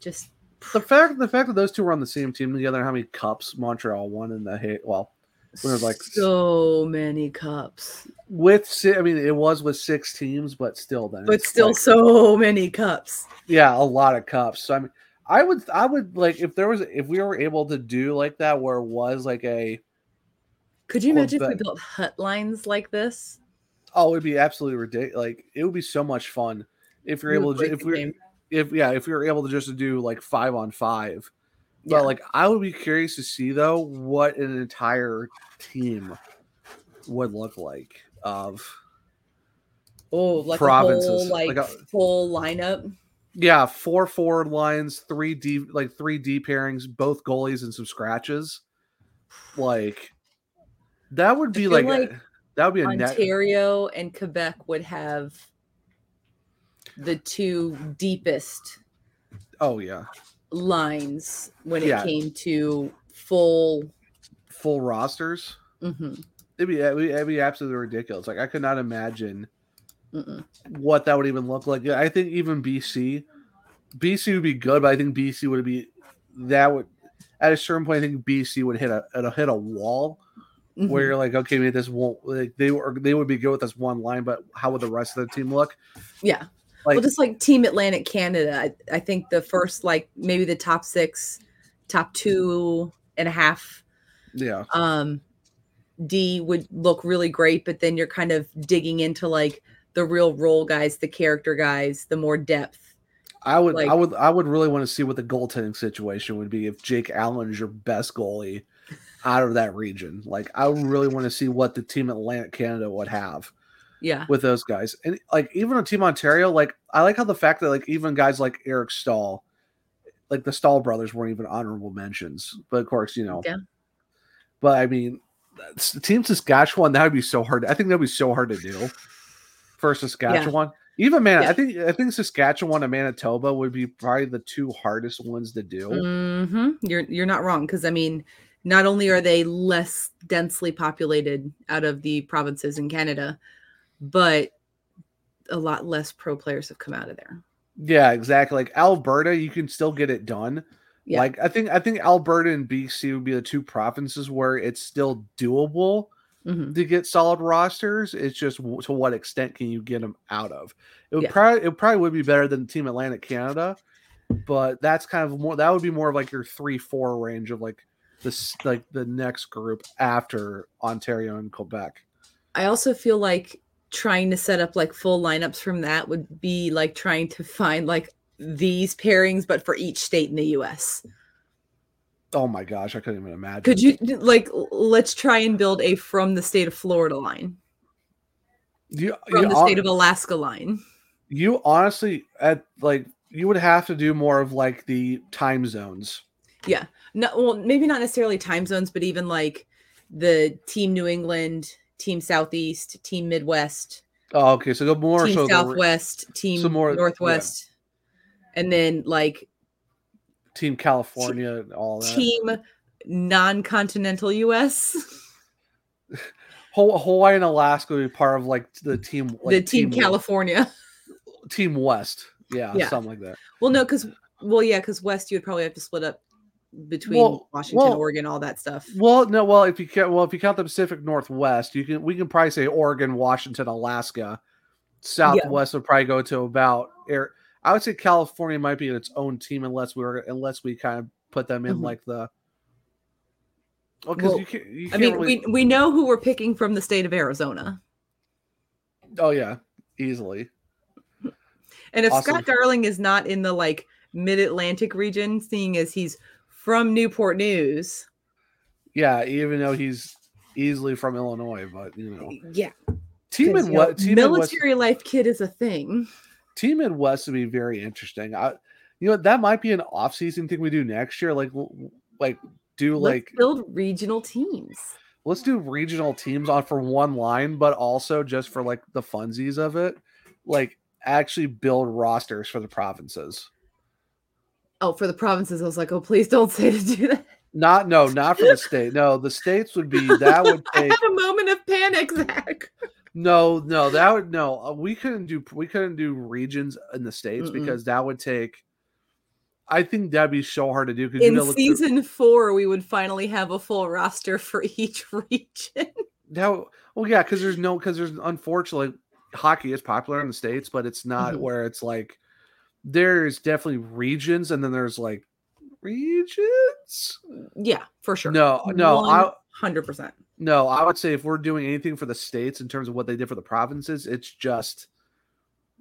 Just
the fact the fact that those two were on the same team together. How many cups Montreal won in the hate? Well, When it was like-
so many cups,
with si- I mean it was with six teams, but still then
but
it's
still
like-
so many cups.
yeah, a lot of cups. So I mean, I would I would like if there was if we were able to do like that where it was like a
Could you
Well,
imagine if we
but-
built hut lines like this?
oh it'd be absolutely ridiculous. Like it would be so much fun if you're
We would
able to
break
if
the
we
game.
if yeah if we were able to just do like five on five.
Yeah.
But like I would be curious to see though what an entire team would look like of
Oh, like a whole
provinces,
like,
like a-
full lineup.
Yeah, four forward lines, three D like three D pairings, both goalies and some scratches. Like that would be
feel
like, a-
like
that would be a net.
Ontario and Quebec would have the two deepest
Oh yeah,
lines when it
Yeah.
came to full.
full rosters.
mhm,
It'd be it'd be- it'd be absolutely ridiculous. Like I could not imagine
mm-mm.
what that would even look like. Yeah, I think even BC, BC would be good, but I think BC would be that would at a certain point. I think BC would hit a it'll hit a wall where
Mhm.
you're like, okay, maybe this won't like they were they would be good with this one line, but how would the rest of the team look?
yeah.
Like
well, just like Team Atlantic Canada, I, I think the first like maybe the top six, top two and a half
yeah,
um, D would look really great, but then you're kind of digging into like the real role guys, the character guys, the more depth.
I would
like-
I would I would really want to see what the goaltending situation would be if Jake Allen is your best goalie out of that region. Like I really want to see what the team Atlantic Canada would have
Yeah.
with those guys. And like even on Team Ontario, like I like how the fact that like even guys like Eric Stahl, like the Stahl brothers weren't even honorable mentions. But of course, you know.
Yeah.
But I mean, that's- Team Saskatchewan that would be so hard. I think that'd be so hard to do for Saskatchewan. Even man,
Yeah.
I think I think Saskatchewan and Manitoba would be probably the two hardest ones to do.
hmm You're you're not wrong because I mean, not only are they less densely populated out of the provinces in Canada, but a lot less pro players have come out of there.
Yeah, exactly. Like Alberta, you can still get it done.
Yeah.
Like I think I think Alberta and BC would be the two provinces where it's still doable
Mhm.
to get solid rosters. It's just w- to what extent can you get them out of? It would
Yeah.
probably it probably would be better than Team Atlantic Canada, but that's kind of more that would be more of like your three four range of like this like the next group after Ontario and Quebec.
I also feel like trying to set up like full lineups from that would be like trying to find like these pairings, but for each state in the U.S.
Oh my gosh, I couldn't even imagine.
Could you like l- let's try and build a from the state of Florida line,
you,
from
you
the
hon-
state of Alaska line?
you honestly at like you would have to do more of like the time zones.
Yeah. No, well, maybe not necessarily time zones, but even like the team New England, team Southeast, team Midwest,
Oh, okay, so go more
team
so the re-
Southwest, team
some more- yeah.
Northwest, and then like
team California and all that.
team non-continental U.S.
Ho- Hawaii and Alaska would be part of like the team, like,
the team California.
Team West, yeah,
Yeah.
something like that.
Well, no, because Well, yeah, because West, you would probably have to split up between
Well-
Washington,
well-
Oregon, all that stuff.
Well, no, well if you count, well if you count the Pacific Northwest, you can we can probably say Oregon, Washington, Alaska. Southwest would probably go to about air. I would say California might be in its own team unless we were unless we kind of put them in
Mhm.
like the. Well, 'cause
Well,
you can't. You
I
can't
mean,
really-
we we know who we're picking from the state of Arizona,
oh yeah, easily.
and if
Awesome.
Scott Darling is not in the like Mid Atlantic region, seeing as he's from Newport News,
Yeah, even though he's easily from Illinois, but you know,
yeah,
team
'cause,
in
you know,
what team in West,
military life kid is a thing.
team in West would be very interesting. I, you know, that might be an off-season thing we do next year. Like, w- w- like do
Like
like
build regional teams.
let's do regional teams on for one line, but also just for like the funsies of it, like actually build rosters for the provinces.
Oh, for the provinces, I was like, oh, please don't say to do that.
Not no, not for the state. No, the states would be that would
I
take
had a moment of panic, Zach.
no, no, that would no. uh, We couldn't do we couldn't do regions in the states
Mm-mm.
because that would take. I think that'd be so hard to do because
In season four, we would finally have a full roster for each region.
Now, well, oh, yeah, because there's no because there's unfortunately hockey is popular in the states, but it's not
Mhm.
where it's like there's definitely regions, and then there's like regions.
yeah, for sure.
No, no, I
hundred percent.
no, I would say if we're doing anything for the states in terms of what they did for the provinces, it's just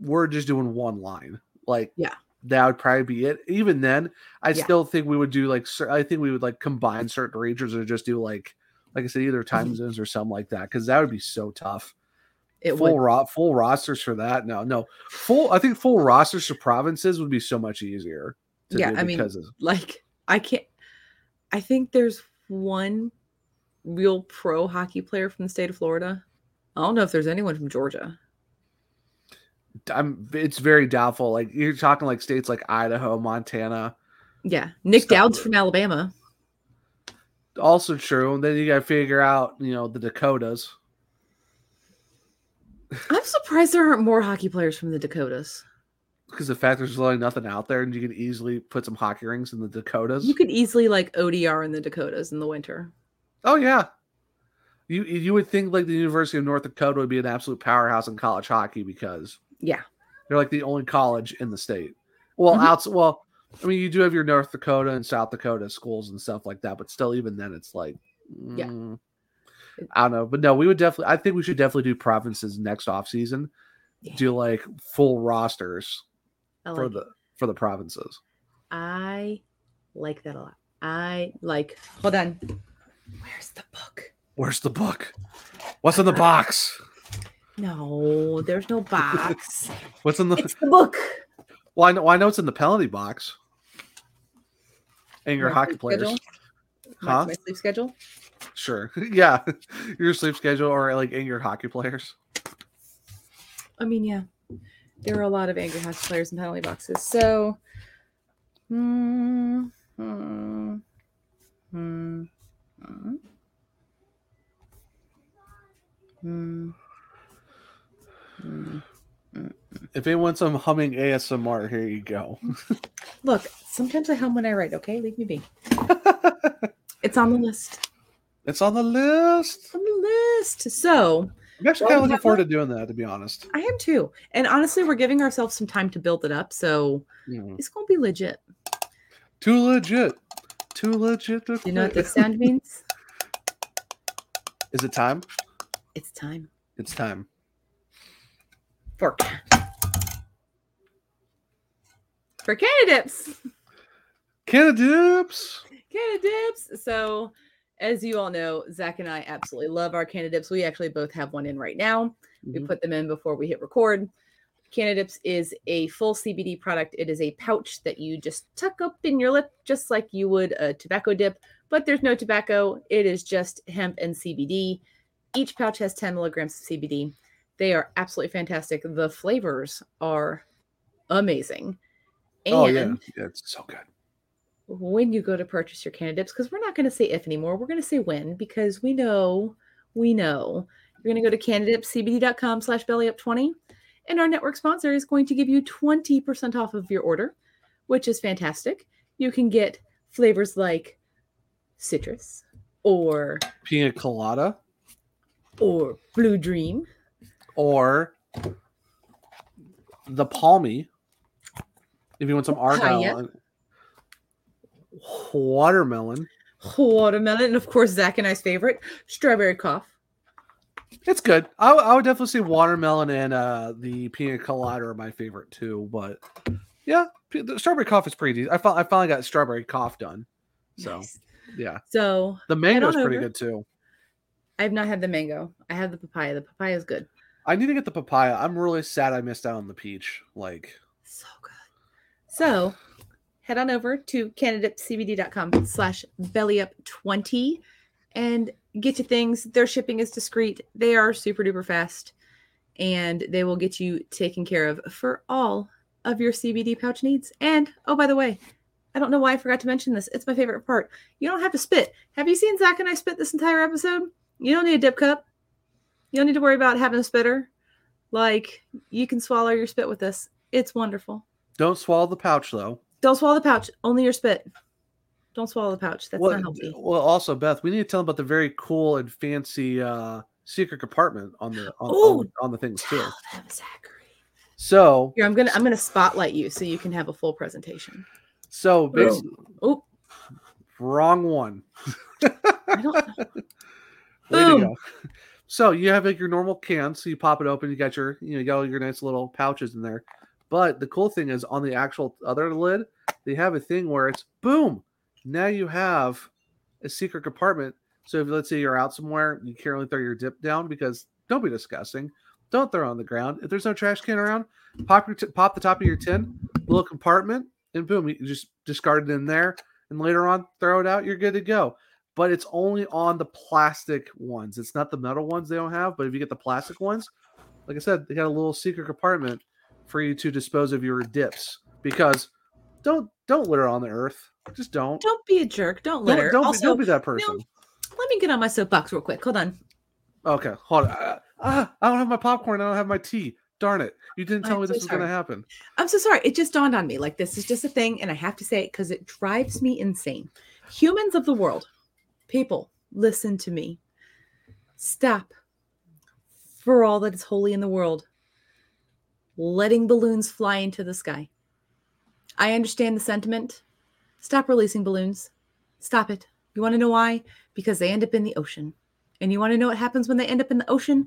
we're just doing one line. Like
Yeah.
that would probably be it. Even then, I
Yeah.
still think we would do like cer- I think we would like combine certain regions or just do like like I said either
Mm-hmm.
time zones or something like that because that would be so tough
It
full
would.
ro- full rosters for that. No, no, full. I think full rosters for provinces would be so much easier. To
Yeah,
do
I mean,
because of,
Like I can't. I think there's one real pro hockey player from the state of Florida. I don't know if there's anyone from Georgia.
I'm. It's very doubtful. Like you're talking like states like Idaho, Montana.
Yeah, Nick
Stop
Dowd's
it.
from Alabama.
Also true. And then you got to figure out, you know, the Dakotas.
I'm surprised there aren't more hockey players from the Dakotas.
Because the fact there's really nothing out there, and you can easily put some hockey rings in the Dakotas.
You could easily like ODR in the Dakotas in the winter.
oh yeah, you you would think like the University of North Dakota would be an absolute powerhouse in college hockey because
Yeah.
They're like the only college in the state. Well,
Mhm.
outs well, I mean, you do have your North Dakota and South Dakota schools and stuff like that, but still, even then, it's like,
Yeah.
mm, I don't know, but no, we would definitely. I think we should definitely do provinces next off season.
Yeah.
Do like full rosters
I
for
like
the for the provinces.
I like that a lot. I like. Hold on. Where's the book?
Where's the book? What's in the box?
No, there's no box.
What's in the?
it's the book.
Well, I know, well, I know it's in the penalty box. And your
My
hockey
sleep
players,
schedule? My,
huh?
my sleep schedule.
Sure, yeah, your sleep schedule or like in your hockey players.
I mean, yeah, there are a lot of angry hockey players in penalty boxes. So, mm, mm, mm, mm, mm.
If it wants some humming ASMR, here you go.
Look, sometimes I hum when I write. Okay, leave me be. it's on the list.
It's on the list.
On the list. So
I'm actually
Well,
kind of
you
looking
have
forward to doing that, to be honest.
I am too. And honestly, we're giving ourselves some time to build it up. So
Mm.
it's gonna be legit.
Too legit. Too legit. To
Do you know what
quit.
this sound means?
Is it time?
It's time
It's time.
for for candidates.
Canada dips.
Candidates. So, as you all know, Zach and I absolutely love our candidates. We actually both have one in right now. We
Mhm.
put them in before we hit record. Candidips is a full CBD product. It is a pouch that you just tuck up in your lip, just like you would a tobacco dip, but there's no tobacco. It is just hemp and CBD. Each pouch has 10 milligrams of CBD. They are absolutely fantastic. The flavors are amazing. And
Oh yeah. yeah, it's so good.
when you go to purchase your candidates because we're not going to say if anymore we're going to say when because we know we know you're going to go to candidatecbd.com slash bellyup20 and our network sponsor is going to give you 20% off of your order which is fantastic. You can get flavors like citrus or
Pina colada
or blue dream.
or the palmy. If you want some argyle, watermelon.
Watermelon, and of course, Zach and I's favorite, strawberry cough.
It's good. I, w- I would definitely say watermelon and uh, the pina colada are my favorite too. But yeah, p- the strawberry cough is pretty. Decent. I, fi- I finally got strawberry cough done. So
Nice.
yeah,
So
the mango is
on
pretty
over.
good too.
I've not had the mango. I have the papaya. The papaya is good.
I need to get the papaya. I'm really sad I missed out on the peach. Like
So good. So head on over to canadipcbd.com slash bellyup20 and get your things. Their shipping is discreet. They are super duper fast and they will get you taken care of for all of your CBD pouch needs. And oh, by the way, I don't know why I forgot to mention this. It's my favorite part. You don't have to spit. Have you seen Zach and I spit this entire episode? You don't need a dip cup. You don't need to worry about having a spitter. Like you can swallow your spit with this. It's wonderful.
don't swallow the pouch though.
Don't swallow the pouch. Only your spit. Don't swallow the pouch. That's
well,
not healthy.
well, also Beth, we need to tell them about the very cool and fancy uh, secret compartment on the on,
Ooh.
on, on the things
Tell
too.
them, Zachary.
So
Here, I'm gonna I'm gonna spotlight you so you can have a full presentation.
so bas-
Oh,
wrong one.
I don't.
Way to
Boom.
go. So you have like your normal can, so you pop it open, you got your you know you got all your nice little pouches in there. But the cool thing is on the actual other lid, they have a thing where it's boom, now you have a secret compartment. So if let's say you're out somewhere, you can't really throw your dip down because don't be disgusting. Don't throw it on the ground. If there's no trash can around, pop your t- pop the top of your tin, little compartment, and boom, you just discard it in there. And later on, throw it out. You're good to go but it's only on the plastic ones. It's not the metal ones they don't have, but if you get the plastic ones, like I said, they got a little secret compartment for you to dispose of your dips because don't don't litter on the earth. Just don't.
Don't be a jerk. Don't
Don't,
litter.
don't be,
also,
don't be that person.
let me get on my soapbox real quick. Hold on.
Okay, hold on. Ah, ah, I don't have my popcorn. I don't have my tea. Darn it. You didn't tell
I'm
me
so
this was going to
sorry.
happen.
I'm so sorry. It just dawned on me. Like this is just a thing, and I have to say it because it drives me insane. Humans of the world, people, listen to me. Stop. For all that is holy in the world, letting balloons fly into the sky. I understand the sentiment. Stop releasing balloons. Stop it. You want to know why? Because they end up in the ocean. And you want to know what happens when they end up in the ocean?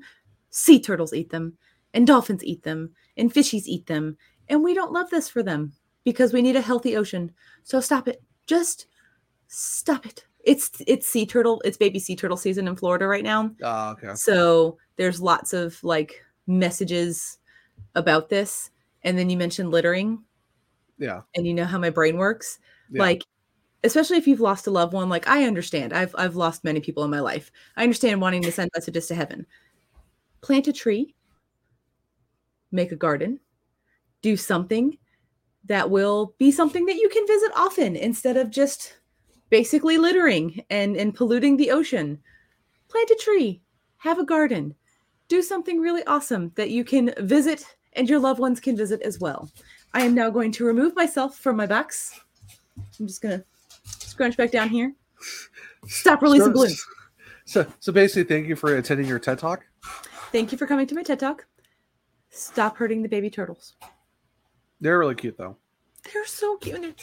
Sea turtles eat them, and dolphins eat them, and fishies eat them. And we don't love this for them because we need a healthy ocean. So stop it. Just stop it. It's it's sea turtle, it's baby sea turtle season in Florida right now.
Ah, okay.
So there's lots of like messages about this. And then you mentioned littering,
Yeah.
and you know how my brain works.
yeah.
Like, especially if you've lost a loved one, like I understand. I've I've lost many people in my life. I understand wanting to send messages to heaven. Plant a tree, make a garden, do something that will be something that you can visit often instead of just basically littering and, and polluting the ocean. Plant a tree, have a garden, do something really awesome that you can visit and your loved ones can visit as well. I am now going to remove myself from my box. I'm just gonna scrunch back down here. Stop releasing
So-
balloons.
So, so basically, thank you for attending your TED Talk.
Thank you for coming to my TED Talk. Stop hurting the baby turtles.
They're really cute, though.
They're so cute. and they're-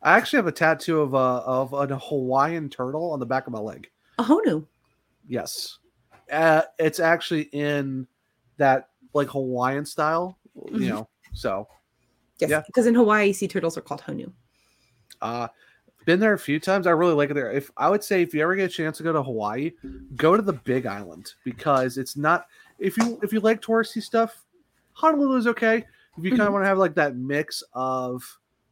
I actually have a tattoo of a of a Hawaiian turtle on the back of my leg.
A honu.
Yes, uh, it's actually in that like Hawaiian style, you
Mhm.
know. So, Yeah.
Yes. Because in Hawaii, sea turtles are called honu.
uh, been there a few times. I really like it there. If I would say, if you ever get a chance to go to Hawaii, go to the Big Island because it's not. If you if you like touristy stuff, Honolulu is okay. If you kind of
Mhm.
want to have like that mix of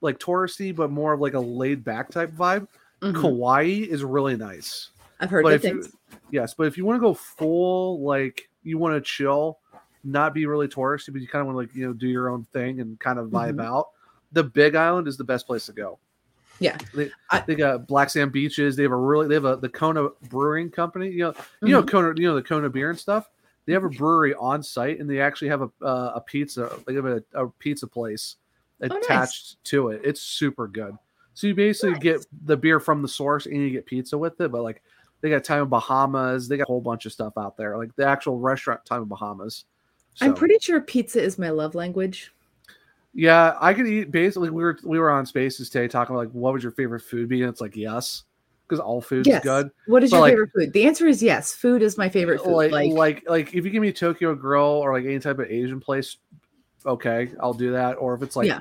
like touristy, but more of like a laid back type vibe.
Mm-hmm.
Kauai is really nice.
I've heard
but
good
if you,
things.
yes, but if you want to go full, like you want to chill, not be really touristy, but you kind of want to like you know do your own thing and kind of
Mm-hmm.
vibe out, the Big Island is the best place to go.
Yeah.
They,
I-
they got black sand beaches. They have a really they have a the Kona Brewing Company. You know you
Mm-hmm.
know Kona you know the Kona beer and stuff. They have a brewery on site, and they actually have a uh, a pizza. They have a, a pizza place
Oh, nice.
attached to it. It's super good. So you basically get the beer from the source, and you get pizza with it. But like they got time in Bahamas. They got a whole bunch of stuff out there. Like the actual restaurant time in Bahamas.
I'm
So-
pretty sure pizza is my love language.
yeah, I could eat basically we were we were on spaces today talking about like what would your favorite food be? And it's like yes, because all food's
yes.
good.
What is
But,
your
like-
favorite food? The answer is yes. Food is my favorite food.
Like,
like,
like like if you give me Tokyo Grill or like any type of Asian place, okay, I'll do that. Or if it's like
Yeah.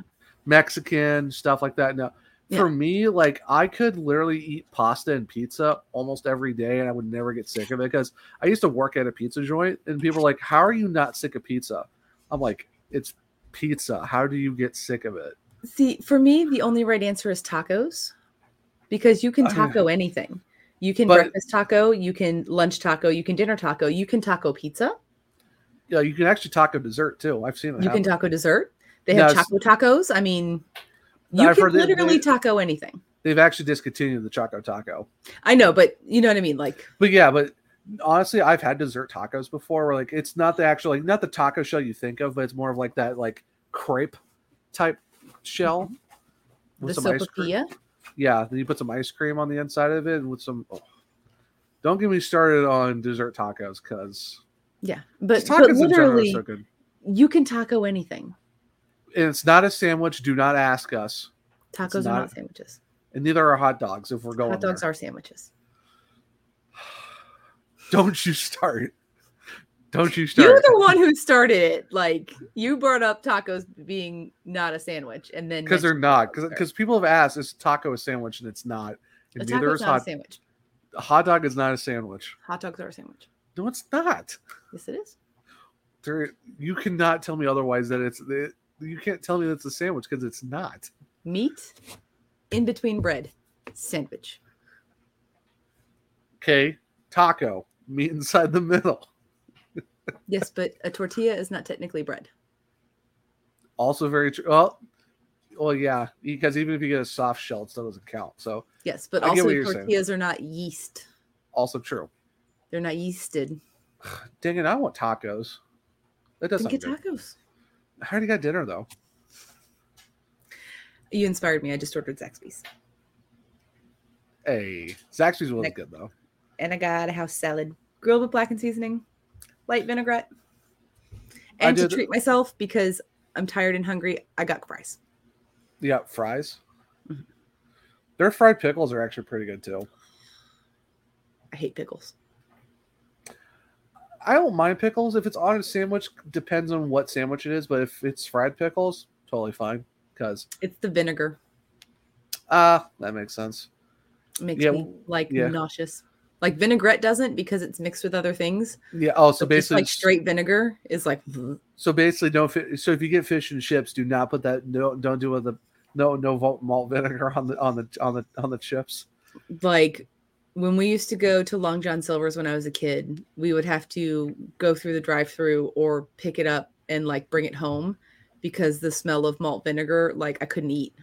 Mexican stuff like that. No.
Yeah.
For me, like I could literally eat pasta and pizza almost every day and I would never get sick of it because I used to work at a pizza joint and people were like, How are you not sick of pizza? I'm like, It's pizza. How do you get sick of it?
See, for me, the only right answer is tacos because you can
Oh, yeah.
taco anything. You can
But-
breakfast taco, you can lunch taco, you can dinner taco, you can taco pizza,
Yeah, you can actually taco dessert too. I've seen it.
you can
happen.
taco dessert. They
No,
have
it's-
choco tacos. I mean, you
I've
can
heard that
literally
they-
taco anything.
They've actually discontinued the choco taco.
I know, but you know what I mean? Like,
But yeah, but honestly, I've had dessert tacos before. Where like it's not the actual like not the taco shell you think of, but it's more of like that like crepe type shell
Mm-hmm. the
with some ice cream.
sopapilla.
Yeah, then you put some ice cream on the inside of it with some. oh. Don't get me started on dessert tacos because
Yeah. But, but
tacos in general are
literally,
so good.
you can taco anything.
And it's not a sandwich. Do not ask us.
Tacos are
not-
not sandwiches.
And neither are hot dogs. If we're going,
Hot dogs
there.
are sandwiches.
Don't you start. Don't you start.
You're the one who started it. Like you brought up tacos being not a sandwich, and then
because they're
mentioned
not
tacos are.
because people have asked is taco a sandwich and it's not
a
and neither
taco's
is
not a
hot
sandwich.
hot dog is not a sandwich
Hot dogs are a sandwich.
no it's not
Yes, it is.
there you cannot tell me otherwise that it's it, you can't tell me that's a sandwich because it's not
Meat in between bread, sandwich.
okay taco meat inside the middle
Yes, but a tortilla is not technically bread.
also very true well well yeah because even if you get a soft shell it still doesn't count so
Yes, but
I get
also
what you're saying.
tortillas are not yeast.
also true
They're not yeasted.
dang it i want tacos that
Then
doesn't
get
good.
tacos.
i already got dinner though
You inspired me. I just ordered Zaxby's,
hey zaxby's was
Next-
good though
and I got a house salad, grilled with blackened seasoning, light vinaigrette,
I
and to
did-
treat myself because I'm tired and hungry. I got fries.
Yeah, fries. Their fried pickles are actually pretty good too.
I hate pickles.
I don't mind pickles if it's on a sandwich. Depends on what sandwich it is, but if it's fried pickles, totally fine. Because
It's the vinegar
ah, that makes sense.
It makes
Yeah,
me like
yeah.
nauseous. Like vinaigrette doesn't because it's mixed with other things.
Yeah. Oh, so
So basically,
basically,
like straight vinegar is like
so basically, no. Fi- so if you get fish and chips, do not put that. No, don't do the no no vol- malt vinegar on the on the on the on the chips.
like when we used to go to Long John Silver's when I was a kid, we would have to go through the drive-through or pick it up and like bring it home because the smell of malt vinegar, like I couldn't eat.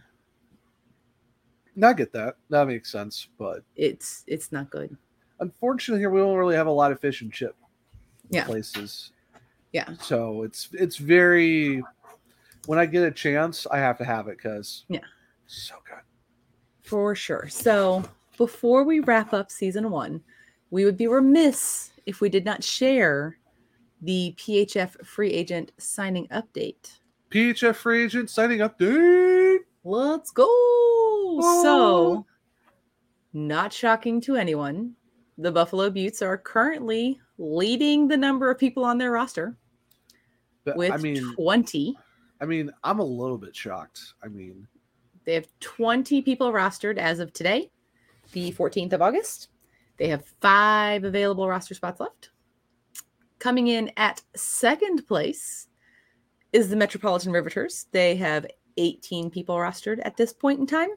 No, I get that. That makes sense. But
It's it's not good.
unfortunately, here we don't really have a lot of fish and chip
Yeah.
places.
Yeah.
So it's it's very. When I get a chance, I have to have it because
Yeah.
so good.
For sure. So before we wrap up season one, we would be remiss if we did not share the PHF free agent signing update.
PHF free agent signing update.
Let's go. So, not shocking to anyone, the Buffalo Buttes are currently leading the number of people on their roster
But
with
I mean,
20.
I mean, I'm a little bit shocked. I mean,
They have 20 people rostered as of today, the 14th of August. They have five available roster spots left. Coming in at second place is the Metropolitan Riveters. They have 18 people rostered at this point in time.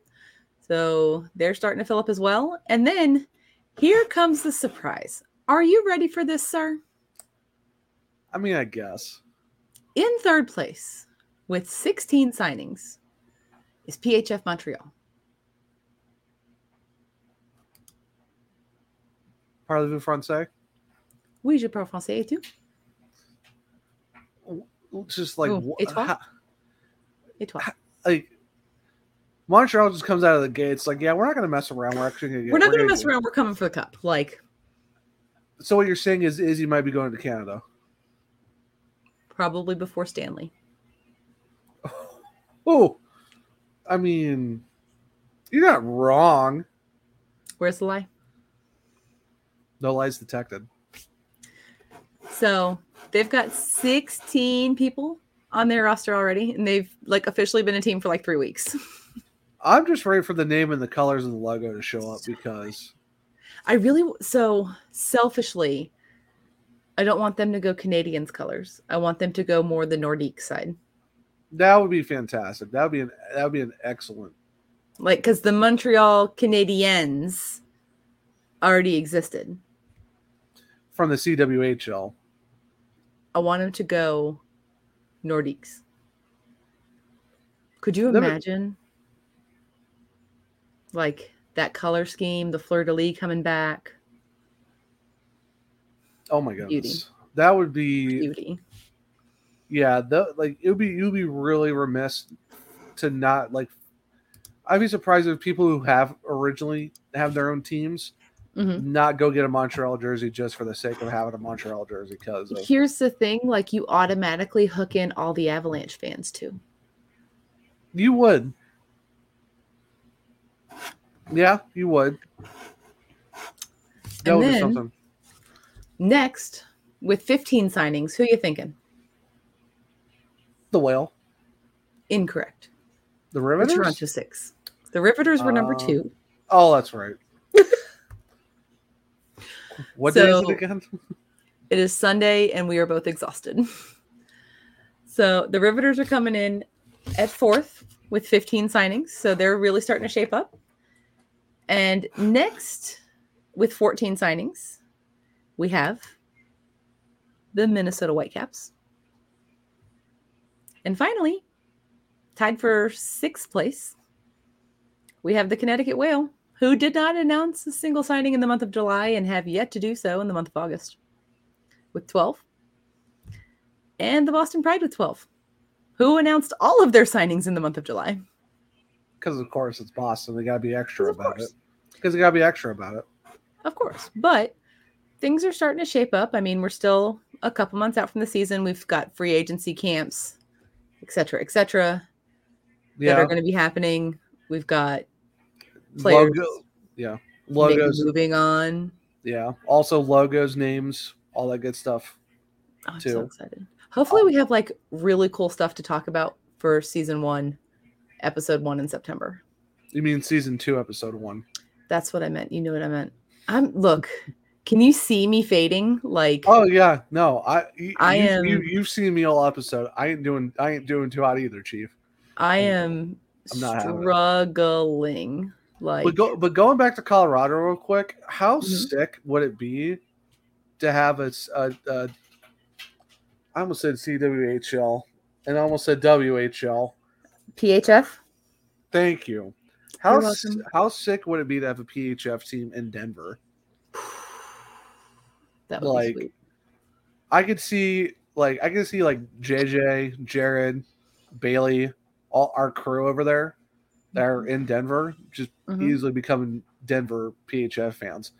So they're starting to fill up as well. And then here comes the surprise. Are you ready for this, sir?
I mean, I guess.
In third place with 16 signings is PHF Montreal.
Parlez-vous français?
Oui, je parle français et tout.
Just like
Ooh,
wha-
it's what?
how-
Et toi?
like Montreal just comes out of the gates like, yeah, we're not going to mess around. We're actually going to
we're not going to mess around. We're coming for the cup. Like,
So what you're saying is Izzy might be going to Canada.
probably before Stanley.
Oh, I mean, you're not wrong.
Where's the lie?
No lies detected.
So they've got 16 people on their roster already, and they've like officially been a team for like three weeks.
I'm just ready for the name and the colors and the logo to show up because
I really, w- so selfishly, I don't want them to go Canadians colors. I want them to go more the Nordique side.
that would be fantastic. That would be an that would be an excellent.
Like, because the Montreal Canadiens already existed.
from the CWHL.
I want them to go Nordiques. Could you
Let me-
imagine? Like that color scheme, the fleur de lis coming back,
Oh my goodness, that would be
beauty.
yeah. The, like it would be it would be really remiss to not like. I'd be surprised if people who have originally have their own teams
Mhm.
not go get a Montreal jersey just for the sake of having a Montreal jersey because of,
Here's the thing: like you automatically hook in all the Avalanche fans too.
you would. Yeah, you would. That
And
would be
then-
something.
Next, with 15 signings, who you thinking?
The whale,
Incorrect.
the
The
riveters.
Toronto Six. The Riveters were number
Um,
two.
Oh, that's right. what day is
So-
it again?
It is Sunday and we are both exhausted. so the Riveters are coming in at fourth with 15 signings. So they're really starting to shape up. And next with 14 signings, we have the Minnesota Whitecaps. And finally, tied for sixth place, we have the Connecticut Whale, who did not announce a single signing in the month of July and have yet to do so in the month of August with 12, and the Boston Pride with 12, who announced all of their signings in the month of July.
Because of course it's Boston. They gotta be extra
'Cause of
about it.
course.
Because they gotta be extra about it.
Of course, but things are starting to shape up. I mean, we're still a couple months out from the season. We've got free agency camps, et cetera, et cetera, that
Yeah.
are going to be happening. We've got players
Logo, yeah.
maybe
Logos.
moving on.
Yeah. Also logos, names, all that good stuff.
Oh, I'm
too.
so excited. Hopefully, we have like really cool stuff to talk about for season one, episode one in September.
You mean season two, episode one.
That's what I meant. You know what I meant. I'm look. Can you see me fading? Like
Oh yeah. No, I you,
I
you, you
am-
you've seen me all episode. I ain't doing I ain't doing too hot either, Chief.
I am
I'm not having it.
struggling. Like
But go but going back to Colorado real quick, how
Mhm.
sick would it be to have a, s- a- a- I almost said CWHL and I almost said WHL.
PHF.
Thank you. How
You're
s-
welcome.
how sick would it be to have a PHF team in Denver?
That would
Like-
be sweet.
I could see like I could see like JJ, Jared, Bailey, all our crew over there that are
Mm-hmm.
in Denver just
Mhm.
easily becoming Denver PHF fans.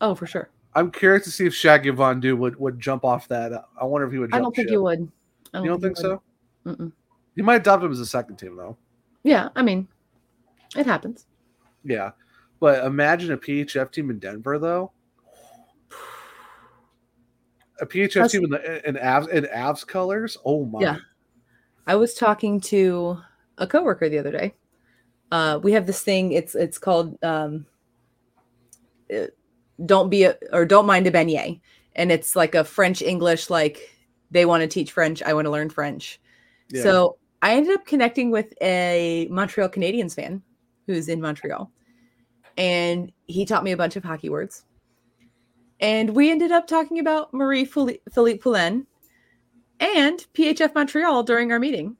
Oh, for sure.
I'm curious to see if Shaggy Von Du would would jump off that. I wonder if he would.
I
Jump
don't think
ship.
you would. I
You don't think
you would.
so?
Mm-mm.
You might adopt him as a second team though.
Yeah, I mean, it happens.
Yeah, but imagine a PHF team in Denver though. A PHF
That's-
team in the in Avs in Avs colors. Oh my!
Yeah. I was talking to a coworker the other day. Uh, we have this thing. It's it's called um, uh, "Don't Be a, or Don't Mind a Beignet," and it's like a French English. Like they want to teach French. I want to learn French.
Yeah.
So I ended up connecting with a Montreal Canadiens fan who's in Montreal, and he taught me a bunch of hockey words. And we ended up talking about Marie Phili- Philippe Poulin and PHF Montreal during our meeting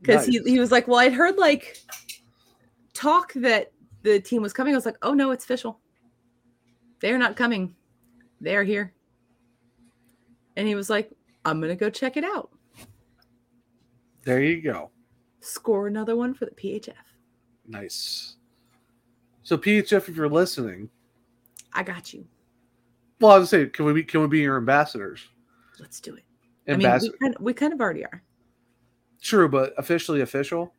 because
Nice.
he, he was like, Well, I'd heard like talk that the team was coming. I was like, Oh, no, it's official. They're not coming, they're here. And he was like, I'm going to go check it out
there you go.
score another one for the PHF.
Nice. So PHF, if you're listening,
I got you.
well, I was saying, can we be, can we be your ambassadors?
Let's do it. I mean,
Ambassador,
we kind, of, we kind of already are.
true, but officially official.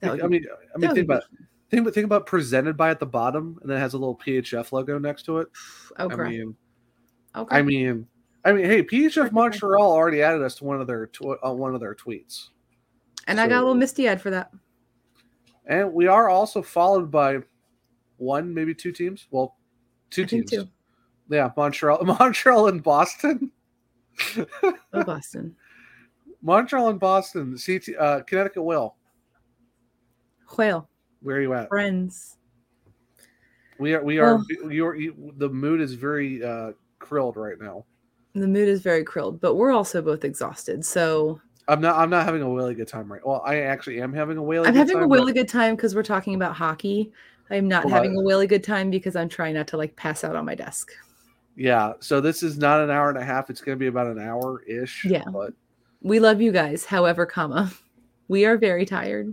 That
Like,
would
I
be-
mean, I mean,
that
think
would
about think, think about presented by at the bottom, and then it has a little PHF logo next to it.
okay.
I mean,
oh, okay.
I mean, I mean, hey, PHF Montreal already added us to one of their tw- uh, one of their tweets,
and I got a little misty eyed for that.
and we are also followed by one, maybe two teams. Well, two
I think
teams.
too.
Yeah, Montreal, Montreal, and Boston.
Oh, Boston.
Montreal and Boston, CT, uh, Connecticut will.
Whale.
Where are you at?
Friends.
We are. We are.
Oh.
You are. You, the mood is very uh, krilled right now.
The mood is very krilled, but we're also both exhausted. So
I'm not. I'm not having a really good time right. Well, I actually am having a really.
I'm
Oh, good
having
time,
a
but
really good time because we're talking about hockey. I'm not
Well,
having a really good time because I'm trying not to like pass out on my desk.
Yeah. So this is not an hour and a half. It's going to be about an hour ish.
Yeah.
But
We love you guys, however, comma. We are very tired.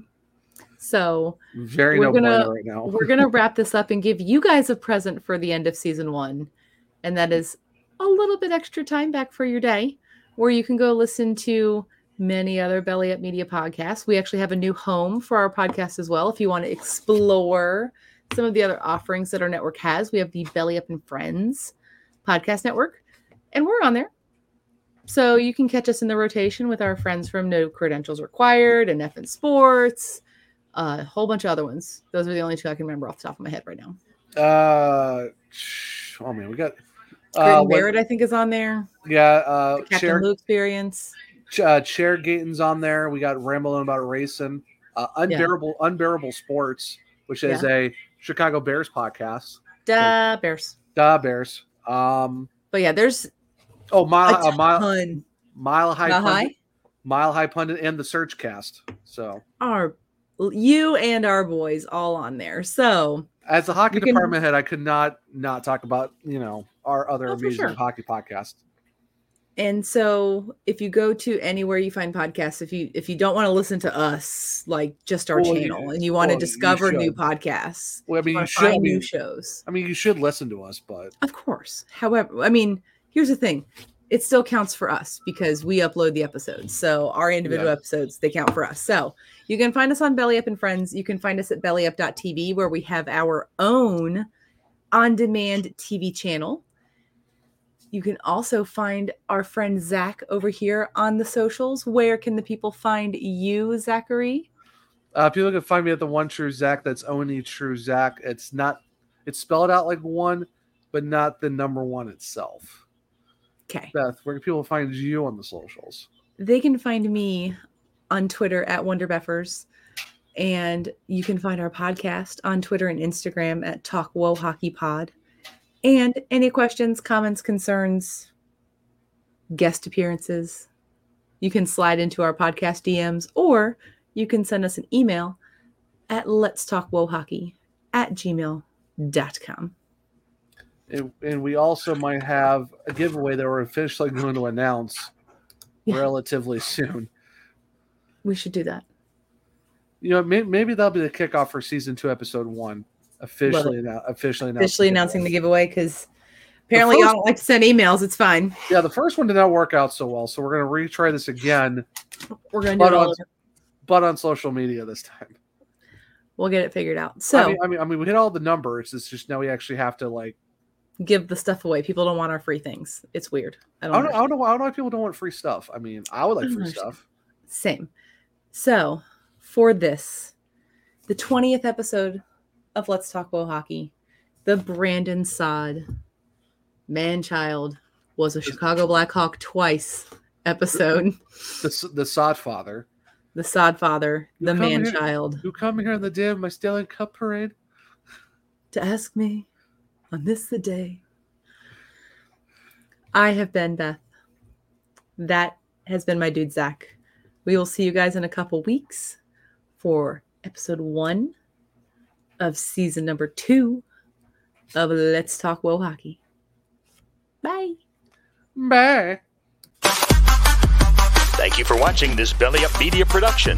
So
very
We're
no
gonna-
bueno right now.
we're going to wrap this up and give you guys a present for the end of season one. And that is a little bit extra time back for your day where you can go listen to many other Belly Up Media podcasts. We actually have a new home for our podcast as well. If you want to explore some of the other offerings that our network has, we have the Belly Up and Friends podcast network, and we're on there. So you can catch us in the rotation with our friends from No Credentials Required and FN Sports a whole bunch of other ones. Those are the only two I can remember off the top of my head right now.
Uh, sh- oh man, we got. Uh,
Graham
what-
Barrett, I think, is on there.
yeah. Uh,
The Captain
chair.
Lou experience.
Ch- uh, Chair Gaten's on there. We got rambling about racing, uh, unbearable, unbearable sports, which is a Chicago Bears podcast.
Da Bears.
Duh, Bears. Um,
But yeah, there's
oh,
a
mile, uh, mile,
ton.
mile high,
Mile
pundit,
High?
mile high pundit, and the search cast. So,
Our you and our boys all on there. So
as the hockey
You can-
department head, I could not not talk about you know our other
Oh, for
amazing
sure.
hockey podcast.
and so if you go to anywhere you find podcasts, if you if you don't want to listen to us, like just our
Well, you-
channel, and you want
well,
to
you
discover new
should.
podcasts,
Well, I mean, you
wanna
should. I
find
mean,
new shows.
I mean, you should listen to us, but
Of course. However, I mean, here's the thing. It still counts for us because we upload the episodes. So our individual
Yeah.
episodes, they count for us. So you can find us on Belly Up and Friends. You can find us at bellyup.tv where we have our own on-demand TV channel. You can also find our friend Zach over here on the socials. Where can the people find you, Zachary?
Uh, people can find me at the one true Zach. That's only true Zach. It's not. It's spelled out like one, but not the number one itself.
Okay.
Beth, where can people find you on the socials?
they can find me on Twitter at WonderBeffers. And you can find our podcast on Twitter and Instagram at Talk Whoa Hockey Pod. And any questions, comments, concerns, guest appearances, you can slide into our podcast DMs or you can send us an email at let's talk hockey at gmail.com.
And, and we also might have a giveaway that we're officially going to announce
Yeah.
relatively soon.
We should do that.
You know, maybe, maybe that'll be the kickoff for season two, episode one. Officially, annou- officially, announcing
Officially
it.
announcing the giveaway because apparently y'all don't like to send emails. It's fine.
Yeah, the first one did not work out so well, so we're gonna retry this again,
We're going to do
but
it all
on
over.
but on social media this time.
We'll get it figured out. So
I mean, I mean, I mean, we hit all the numbers. It's just now we actually have to like.
give the stuff away. People don't want our free things. It's weird. I
I
don't,
don't, know, I
understand.
don't know. why- I don't know why people don't want free stuff. I mean, I would like
don't
free
understand.
stuff.
Same. So for this, the 20th episode of Let's Talk Bow Hockey, the Brandon Sod man child was a Chicago Blackhawk twice episode.
The s- the sod father
The Sod father, the
You're coming
man
here-
child.
who come here in the day of my Stanley Cup parade.
to ask me on this the day. I have been Beth. That has been my dude, Zach. We will see you guys in a couple weeks for episode one of season number two of Let's Talk Woe Hockey. Bye.
Bye.
Thank you for watching this Belly Up Media production.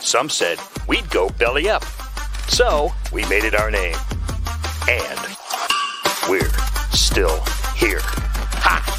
Some said we'd go belly up, so we made it our name. And we're still here. Ha!